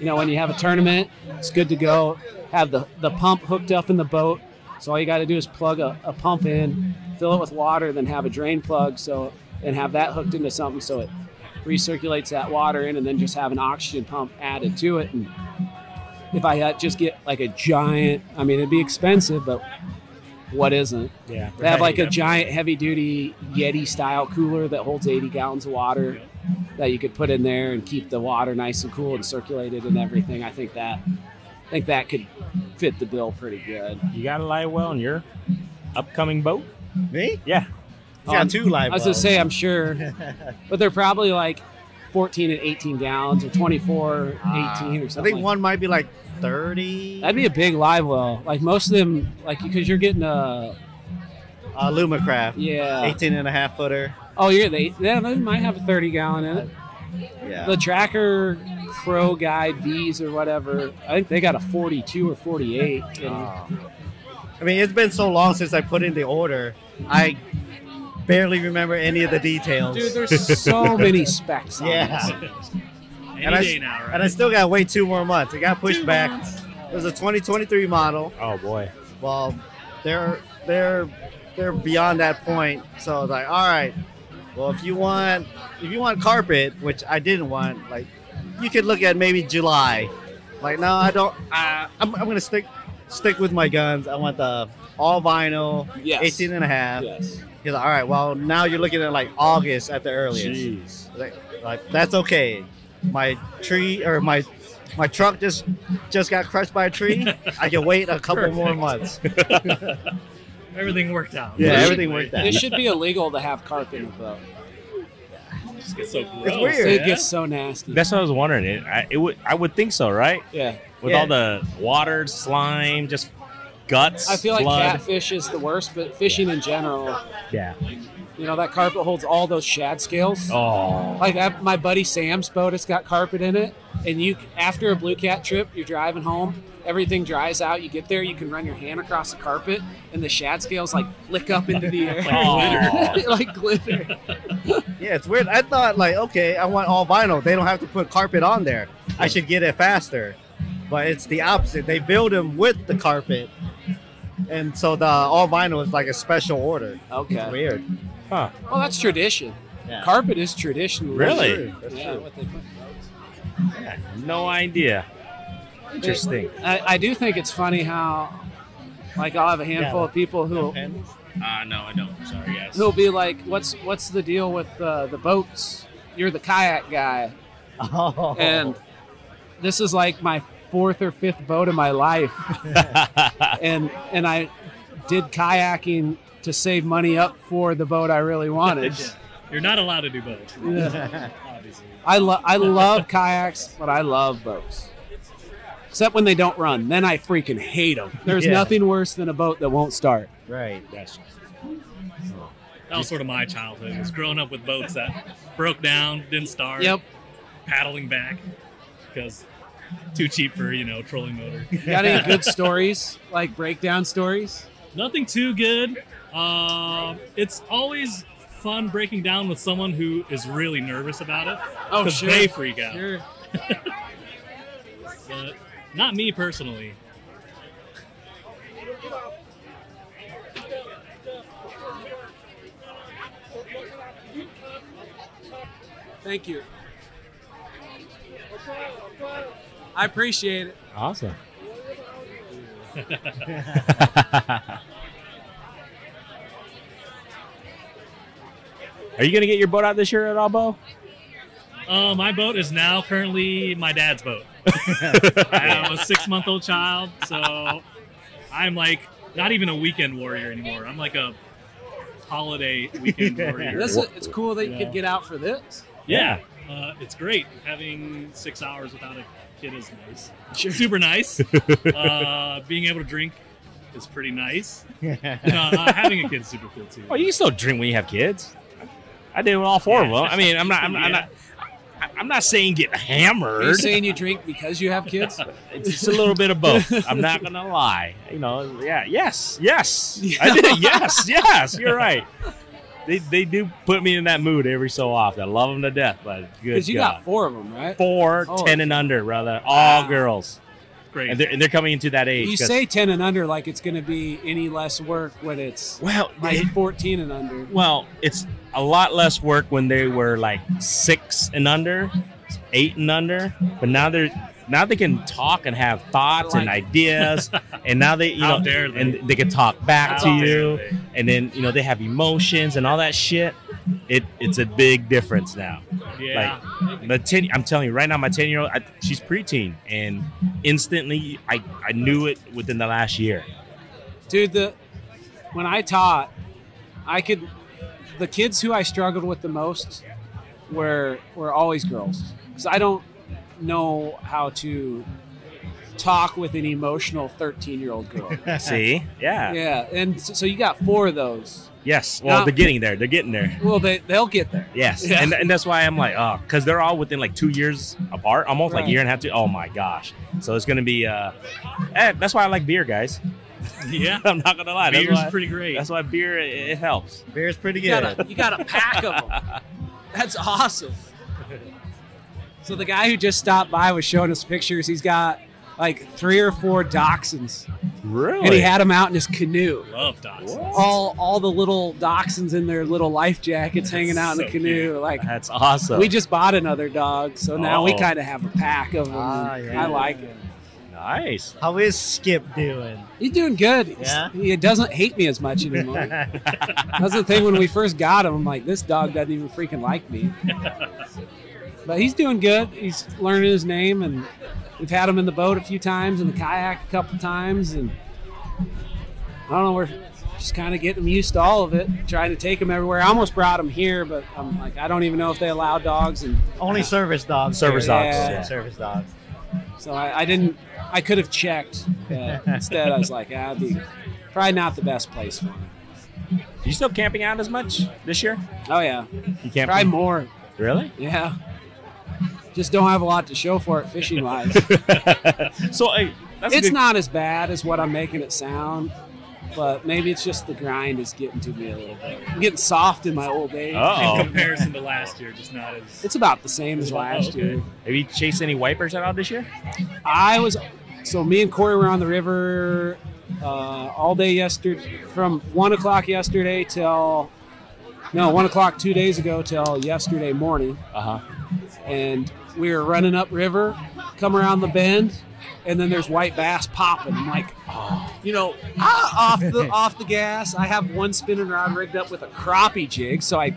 Speaker 7: You know, when you have a tournament, it's good to go have the, the pump hooked up in the boat. So all you got to do is plug a, a pump in, fill it with water, then have a drain plug. So and have that hooked into something so it recirculates that water in, and then just have an oxygen pump added to it. And if I had just get like a giant, I mean, it'd be expensive, but what isn't?
Speaker 9: Yeah.
Speaker 7: They have like a giant heavy duty Yeti style cooler that holds 80 gallons of water that you could put in there and keep the water nice and cool and circulated and everything. I think that I think that could fit the bill pretty good.
Speaker 9: You got to lie well in your upcoming boat.
Speaker 10: Me?
Speaker 9: Yeah.
Speaker 10: You got
Speaker 7: Um,
Speaker 2: Oh,
Speaker 10: two live
Speaker 7: I was gonna
Speaker 10: wells.
Speaker 2: <laughs>
Speaker 7: say I'm sure, but they're probably like 14 and 18 gallons or 24, 18 or
Speaker 2: Ah, I
Speaker 7: something.
Speaker 2: think
Speaker 7: like
Speaker 2: one might be like 30.
Speaker 7: That'd be a big live well. Like most of them, like because you're getting a
Speaker 2: uh, Lumacraft.
Speaker 7: yeah.
Speaker 2: 18 and a half footer.
Speaker 7: Oh, you're they. Yeah, they might have a 30 gallon in it.
Speaker 2: Yeah.
Speaker 7: The Tracker Pro Guide V's or whatever. I think they got a 42 or 48. You know.
Speaker 2: Ah. I mean, it's been so long since I put in the order. I barely remember any of the details.
Speaker 7: Dude, there's so many specs.
Speaker 2: <laughs>
Speaker 7: On
Speaker 2: Yeah.
Speaker 7: This.
Speaker 5: Any
Speaker 2: And I
Speaker 5: day
Speaker 2: s-
Speaker 5: now, right?
Speaker 2: and I still got to wait two more months. It got pushed back. It was a 2023 model.
Speaker 4: Oh boy.
Speaker 2: Well, they're they're they're beyond that point. So I was like, all right. Well, if you want if you want carpet, which I didn't want, like you could look at maybe July. Like no, I don't. I, I'm, I'm gonna stick stick with my guns. I want the all vinyl,
Speaker 7: Yes.
Speaker 2: 18 and a half.
Speaker 7: Yes.
Speaker 2: He's like, all right. Well, now you're looking at like August at the earliest.
Speaker 4: Jeez.
Speaker 2: Like, like, that's okay. My tree or my my truck just just got crushed by a tree.
Speaker 7: <laughs>
Speaker 2: I can wait a couple more months.
Speaker 5: Everything worked out.
Speaker 2: Yeah, everything worked out.
Speaker 7: It should be illegal to have carpet though.
Speaker 5: Just get so gross.
Speaker 2: It's weird.
Speaker 7: It gets so nasty.
Speaker 4: That's what I was wondering. It, I, it would I would think so, right?
Speaker 7: yeah.
Speaker 4: With
Speaker 2: Yeah.
Speaker 4: all the water, slime, just guts.
Speaker 7: I feel like
Speaker 4: blood.
Speaker 7: catfish is the worst, but fishing in general,
Speaker 4: Yeah.
Speaker 7: you know, that carpet holds all those shad scales.
Speaker 4: Oh.
Speaker 7: Like that, my buddy Sam's boat has got carpet in it, and you after a blue cat trip, you're driving home, everything dries out. You get there, you can run your hand across the carpet, and the shad scales like flick up into the air,
Speaker 4: Aw.
Speaker 7: <laughs> like glitter.
Speaker 2: Yeah, it's weird. I thought like, okay, I want all vinyl. They don't have to put carpet on there. I should get it faster, but it's the opposite. They build them with the carpet, and so the all vinyl is like a special order. It's
Speaker 7: Okay,
Speaker 2: weird.
Speaker 7: well that's tradition.
Speaker 2: Yeah.
Speaker 7: Carpet is traditional.
Speaker 4: Really?
Speaker 2: That's
Speaker 7: yeah,
Speaker 2: true.
Speaker 7: what they put.
Speaker 4: No idea. Interesting.
Speaker 7: I, I do think it's funny how, like, I'll have a handful of people who
Speaker 11: Uh, no, I don't. Sorry, guys.
Speaker 7: who'll be like, "What's what's the deal with uh, the boats? You're the kayak guy."
Speaker 2: Oh.
Speaker 7: and this is like my fourth or fifth boat of my life and and i did kayaking to save money up for the boat i really wanted
Speaker 5: You're not allowed to do both.
Speaker 7: Yeah.
Speaker 5: Obviously.
Speaker 7: i love i love kayaks but i love boats except when they don't run then i freaking hate them there's
Speaker 2: Yeah.
Speaker 7: nothing worse than a boat that won't start
Speaker 2: right.
Speaker 5: That was sort of my childhood. was growing up with boats that broke down, didn't start.
Speaker 7: yep
Speaker 5: Paddling back because too cheap for you know trolling motor.
Speaker 7: got any good stories like breakdown stories
Speaker 5: <laughs> Nothing too good. Um, it's always fun breaking down with someone who is really nervous about it.
Speaker 7: Oh,
Speaker 5: 'cause
Speaker 7: sure.
Speaker 5: They freak out.
Speaker 7: Sure.
Speaker 5: But not me personally.
Speaker 7: thank you i appreciate it
Speaker 4: Awesome. Are you gonna get your boat out this year at all, Bo?
Speaker 5: Uh, my boat is now currently my
Speaker 4: <laughs>
Speaker 5: dad's boat. I have a six-month-old child, so I'm like not even a weekend warrior anymore. I'm like a holiday
Speaker 4: <laughs>
Speaker 5: weekend warrior.
Speaker 7: This is, it's cool that you could get out for this.
Speaker 5: Yeah, uh, it's great. Having six hours without a kid is nice.
Speaker 4: <laughs>
Speaker 5: Super nice. uh, being able to drink is
Speaker 4: <laughs>
Speaker 5: pretty nice. No, uh, having a kid is super cool too.
Speaker 4: Well, Oh, you can still drink when you have kids. I did with all four of
Speaker 5: Yeah.
Speaker 4: them. I mean, I'm not. I'm, I'm not. I- I'm not saying get hammered.
Speaker 7: Are you saying you drink because you have
Speaker 4: <laughs>
Speaker 7: kids?
Speaker 4: It's just a little bit of
Speaker 7: <laughs>
Speaker 4: both. I'm not gonna lie. You know, yeah, yes, yes, I did. Yes, yes, you're right. They, they do put me in that mood every so often. I love them to death, but good
Speaker 7: Because you
Speaker 4: God.
Speaker 7: got four of them, right?
Speaker 4: Four,
Speaker 7: Oh.
Speaker 4: 10 and under, brother. All
Speaker 7: Wow.
Speaker 4: girls,
Speaker 5: Great.
Speaker 4: and they're, and they're coming into that age.
Speaker 7: You
Speaker 4: 'cause-
Speaker 7: say 10 and under like it's going to be any less work when it's
Speaker 4: well,
Speaker 7: like
Speaker 4: it-
Speaker 7: 14 and under.
Speaker 4: well, it's a lot less work when they were like six and under, eight and under, but now they're now they can talk and have thoughts and
Speaker 7: Like-
Speaker 5: <laughs>
Speaker 4: ideas, and now they you
Speaker 5: How
Speaker 4: know
Speaker 5: dare they.
Speaker 4: and they can talk back
Speaker 5: How
Speaker 4: to
Speaker 5: dare
Speaker 4: you.
Speaker 5: they.
Speaker 4: and then you know they have emotions and all that shit. It it's a big difference now.
Speaker 5: Yeah.
Speaker 4: The ten, I'm telling you right now, my ten year old, she's preteen, and instantly I I knew it within the last year.
Speaker 7: Dude, the when I taught, I could the kids who I struggled with the most were were always girls because I don't know how to talk with an emotional 13 year old girl.
Speaker 4: See? Yeah.
Speaker 7: yeah, and s- so you got four of those.
Speaker 4: Yes. Well,
Speaker 7: Now-
Speaker 4: they're getting there. They're getting there.
Speaker 7: Well, they they'll get there.
Speaker 4: Yes.
Speaker 7: Yeah.
Speaker 4: And, and that's why I'm like, oh, because they're all within like two years apart, almost like
Speaker 7: Right.
Speaker 4: year and a half. To, oh my gosh. So it's gonna be. uh eh, That's why I like beer, guys. <laughs>
Speaker 5: Yeah.
Speaker 4: I'm not gonna lie. That's
Speaker 5: Beer's
Speaker 4: why,
Speaker 5: pretty great.
Speaker 4: that's why beer it, it helps.
Speaker 2: Beer's pretty
Speaker 7: You
Speaker 2: good.
Speaker 7: got a, you got a pack of them. That's awesome. So the guy who just stopped by was showing us pictures. He's got like three or four dachshunds,
Speaker 4: Really?
Speaker 7: and he had them out in his canoe.
Speaker 5: Love dogs.
Speaker 7: All all the little dachshunds in their little life jackets hanging out in the
Speaker 5: so
Speaker 7: canoe. Like
Speaker 4: that's awesome.
Speaker 7: we just bought another dog, so now we
Speaker 4: Oh.
Speaker 7: kind of have a pack of them.
Speaker 2: Ah, yeah.
Speaker 7: I like it.
Speaker 4: nice.
Speaker 2: How is Skip doing?
Speaker 7: He's doing good. He's-
Speaker 2: Yeah?
Speaker 7: He doesn't hate me as much anymore. That's the thing when we first got him, I'm like, this dog doesn't even freaking like me. but he's doing good. He's learning his name, and we've had him in the boat a few times, in the kayak a couple times, and I don't know, we're just kind of getting him used to all of it, trying to take him everywhere. I almost brought him here, but I'm like, I don't even know if they allow dogs, and
Speaker 2: Only service dogs.
Speaker 4: Service
Speaker 2: here.
Speaker 7: dogs,
Speaker 2: Yeah,
Speaker 7: yeah.
Speaker 2: Service dogs.
Speaker 7: so I, I didn't. I could have checked. But instead, I was like, ah, it'd be probably not the best place for him.
Speaker 4: You still camping out as much this year?
Speaker 7: Oh yeah,
Speaker 4: You can't
Speaker 7: try more.
Speaker 4: really. <laughs>
Speaker 7: Yeah. Just don't have a lot to show for it fishing
Speaker 4: <laughs>
Speaker 7: wise.
Speaker 4: so hey, that's a
Speaker 7: it's
Speaker 4: good-
Speaker 7: not as bad as what I'm making it sound, but maybe it's just the grind is getting to me a little bit. I'm getting soft in my old age.
Speaker 5: In
Speaker 4: Uh-oh.
Speaker 5: comparison to last year, just not as.
Speaker 7: It's about the same as
Speaker 5: Oh,
Speaker 7: last
Speaker 5: okay.
Speaker 7: year.
Speaker 4: Have you chased any wipers at all this year?
Speaker 7: I was so me and Corey were on the river uh, all day yesterday, from one o'clock yesterday till no one o'clock two days ago till yesterday morning,
Speaker 4: Uh huh.
Speaker 7: and we were running up river, come around the bend, and then there's white bass popping. I'm like, you know, ah, off the off the gas. I have one spinning rod rigged up with a crappie jig, so I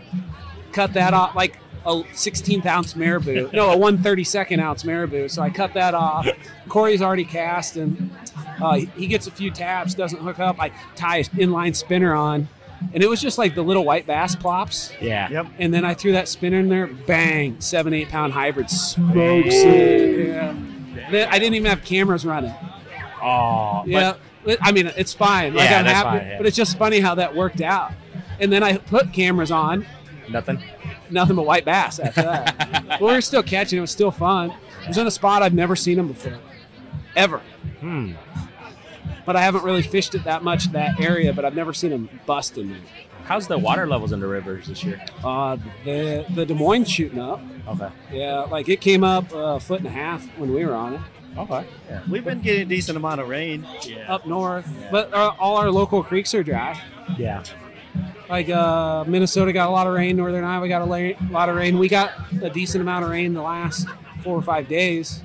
Speaker 7: cut that off like a 16th ounce marabou. No, a 132nd ounce marabou. So I cut that off. Corey's already cast, and uh, he- he gets a few taps, doesn't hook up. I tie his inline spinner on, and it was just like the little white bass plops.
Speaker 4: Yeah.
Speaker 2: Yep.
Speaker 7: And then I threw that spinner in there, bang, seven, eight pound hybrid smokes it. Yeah. Then I didn't even have cameras running.
Speaker 4: Oh.
Speaker 7: Yeah. But, I mean, it's fine. Like,
Speaker 4: Yeah,
Speaker 7: I'm
Speaker 4: that's
Speaker 7: happy,
Speaker 4: fine, yeah.
Speaker 7: But it's just funny how that worked out. And then I put cameras on,
Speaker 4: But nothing.
Speaker 7: nothing but white bass after that. but we were still catching. It was still fun. It was in a spot I've never seen them before, ever.
Speaker 4: Hmm.
Speaker 7: But I haven't really fished it that much that area, but I've never seen them bust in there.
Speaker 4: How's the water levels in the rivers this year?
Speaker 7: Uh, the, the Des Moines shooting up.
Speaker 4: Okay.
Speaker 7: Yeah, like it came up a foot and a half when we were on it
Speaker 4: Okay.
Speaker 2: We've been getting a decent amount of rain.
Speaker 5: Yeah.
Speaker 7: up north, but uh, all our local creeks are dry.
Speaker 4: Yeah.
Speaker 7: Like uh, Minnesota got a lot of rain, Northern Iowa got a la- lot of rain. We got a decent amount of rain the last four or five days,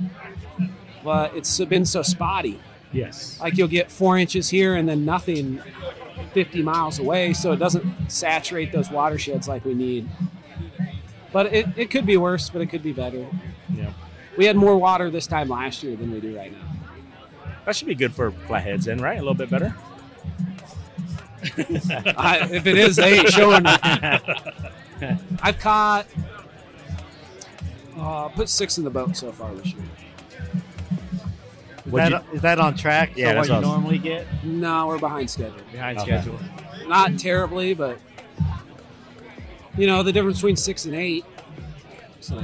Speaker 7: but it's been so spotty.
Speaker 4: Yes.
Speaker 7: Like you'll get four inches here and then nothing 50 miles away, so it doesn't saturate those watersheds like we need. But it, it could be worse, but it could be better.
Speaker 4: Yeah.
Speaker 7: We had more water this time last year than we do right now.
Speaker 4: That should be good for flatheads, then, right? A little bit better.
Speaker 7: I, if it is, they ain't showing me. I've caught, uh, put six in the boat so far this year.
Speaker 2: Is
Speaker 4: What'd
Speaker 2: that, is that on track?
Speaker 4: Yeah,
Speaker 2: for
Speaker 4: that's
Speaker 2: what you
Speaker 4: what I was-
Speaker 2: normally get
Speaker 7: No, we're behind schedule.
Speaker 2: behind
Speaker 4: Okay.
Speaker 2: schedule.
Speaker 7: Not terribly, but you know the difference between six and eight. It's like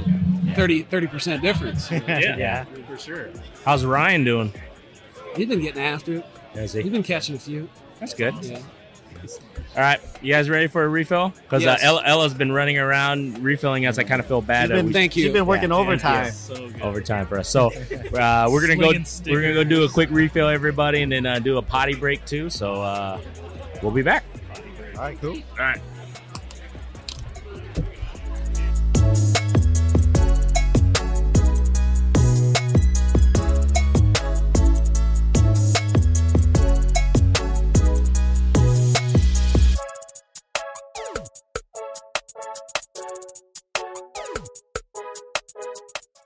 Speaker 7: 30 percent difference. you know?
Speaker 5: Yeah.
Speaker 4: Yeah.
Speaker 5: For sure.
Speaker 4: How's Ryan doing?
Speaker 7: He's been getting after it.
Speaker 4: Is
Speaker 7: He's been catching a few.
Speaker 4: That's good.
Speaker 7: Yeah.
Speaker 4: All right. You guys ready for a refill? Because
Speaker 7: Yes.
Speaker 4: uh, Ella, Ella's been running around refilling us. I kind of feel bad.
Speaker 2: She's
Speaker 4: that
Speaker 2: been,
Speaker 4: we-
Speaker 7: Thank you.
Speaker 2: She's been working
Speaker 4: Yeah,
Speaker 2: overtime.
Speaker 5: Yes, so good.
Speaker 4: overtime for us. So uh, we're gonna go.
Speaker 5: Slinging
Speaker 4: We're gonna go
Speaker 5: stickers.
Speaker 4: do a quick refill, everybody, and then uh, do a potty break too. So uh, we'll be back.
Speaker 2: All right, cool.
Speaker 4: All right.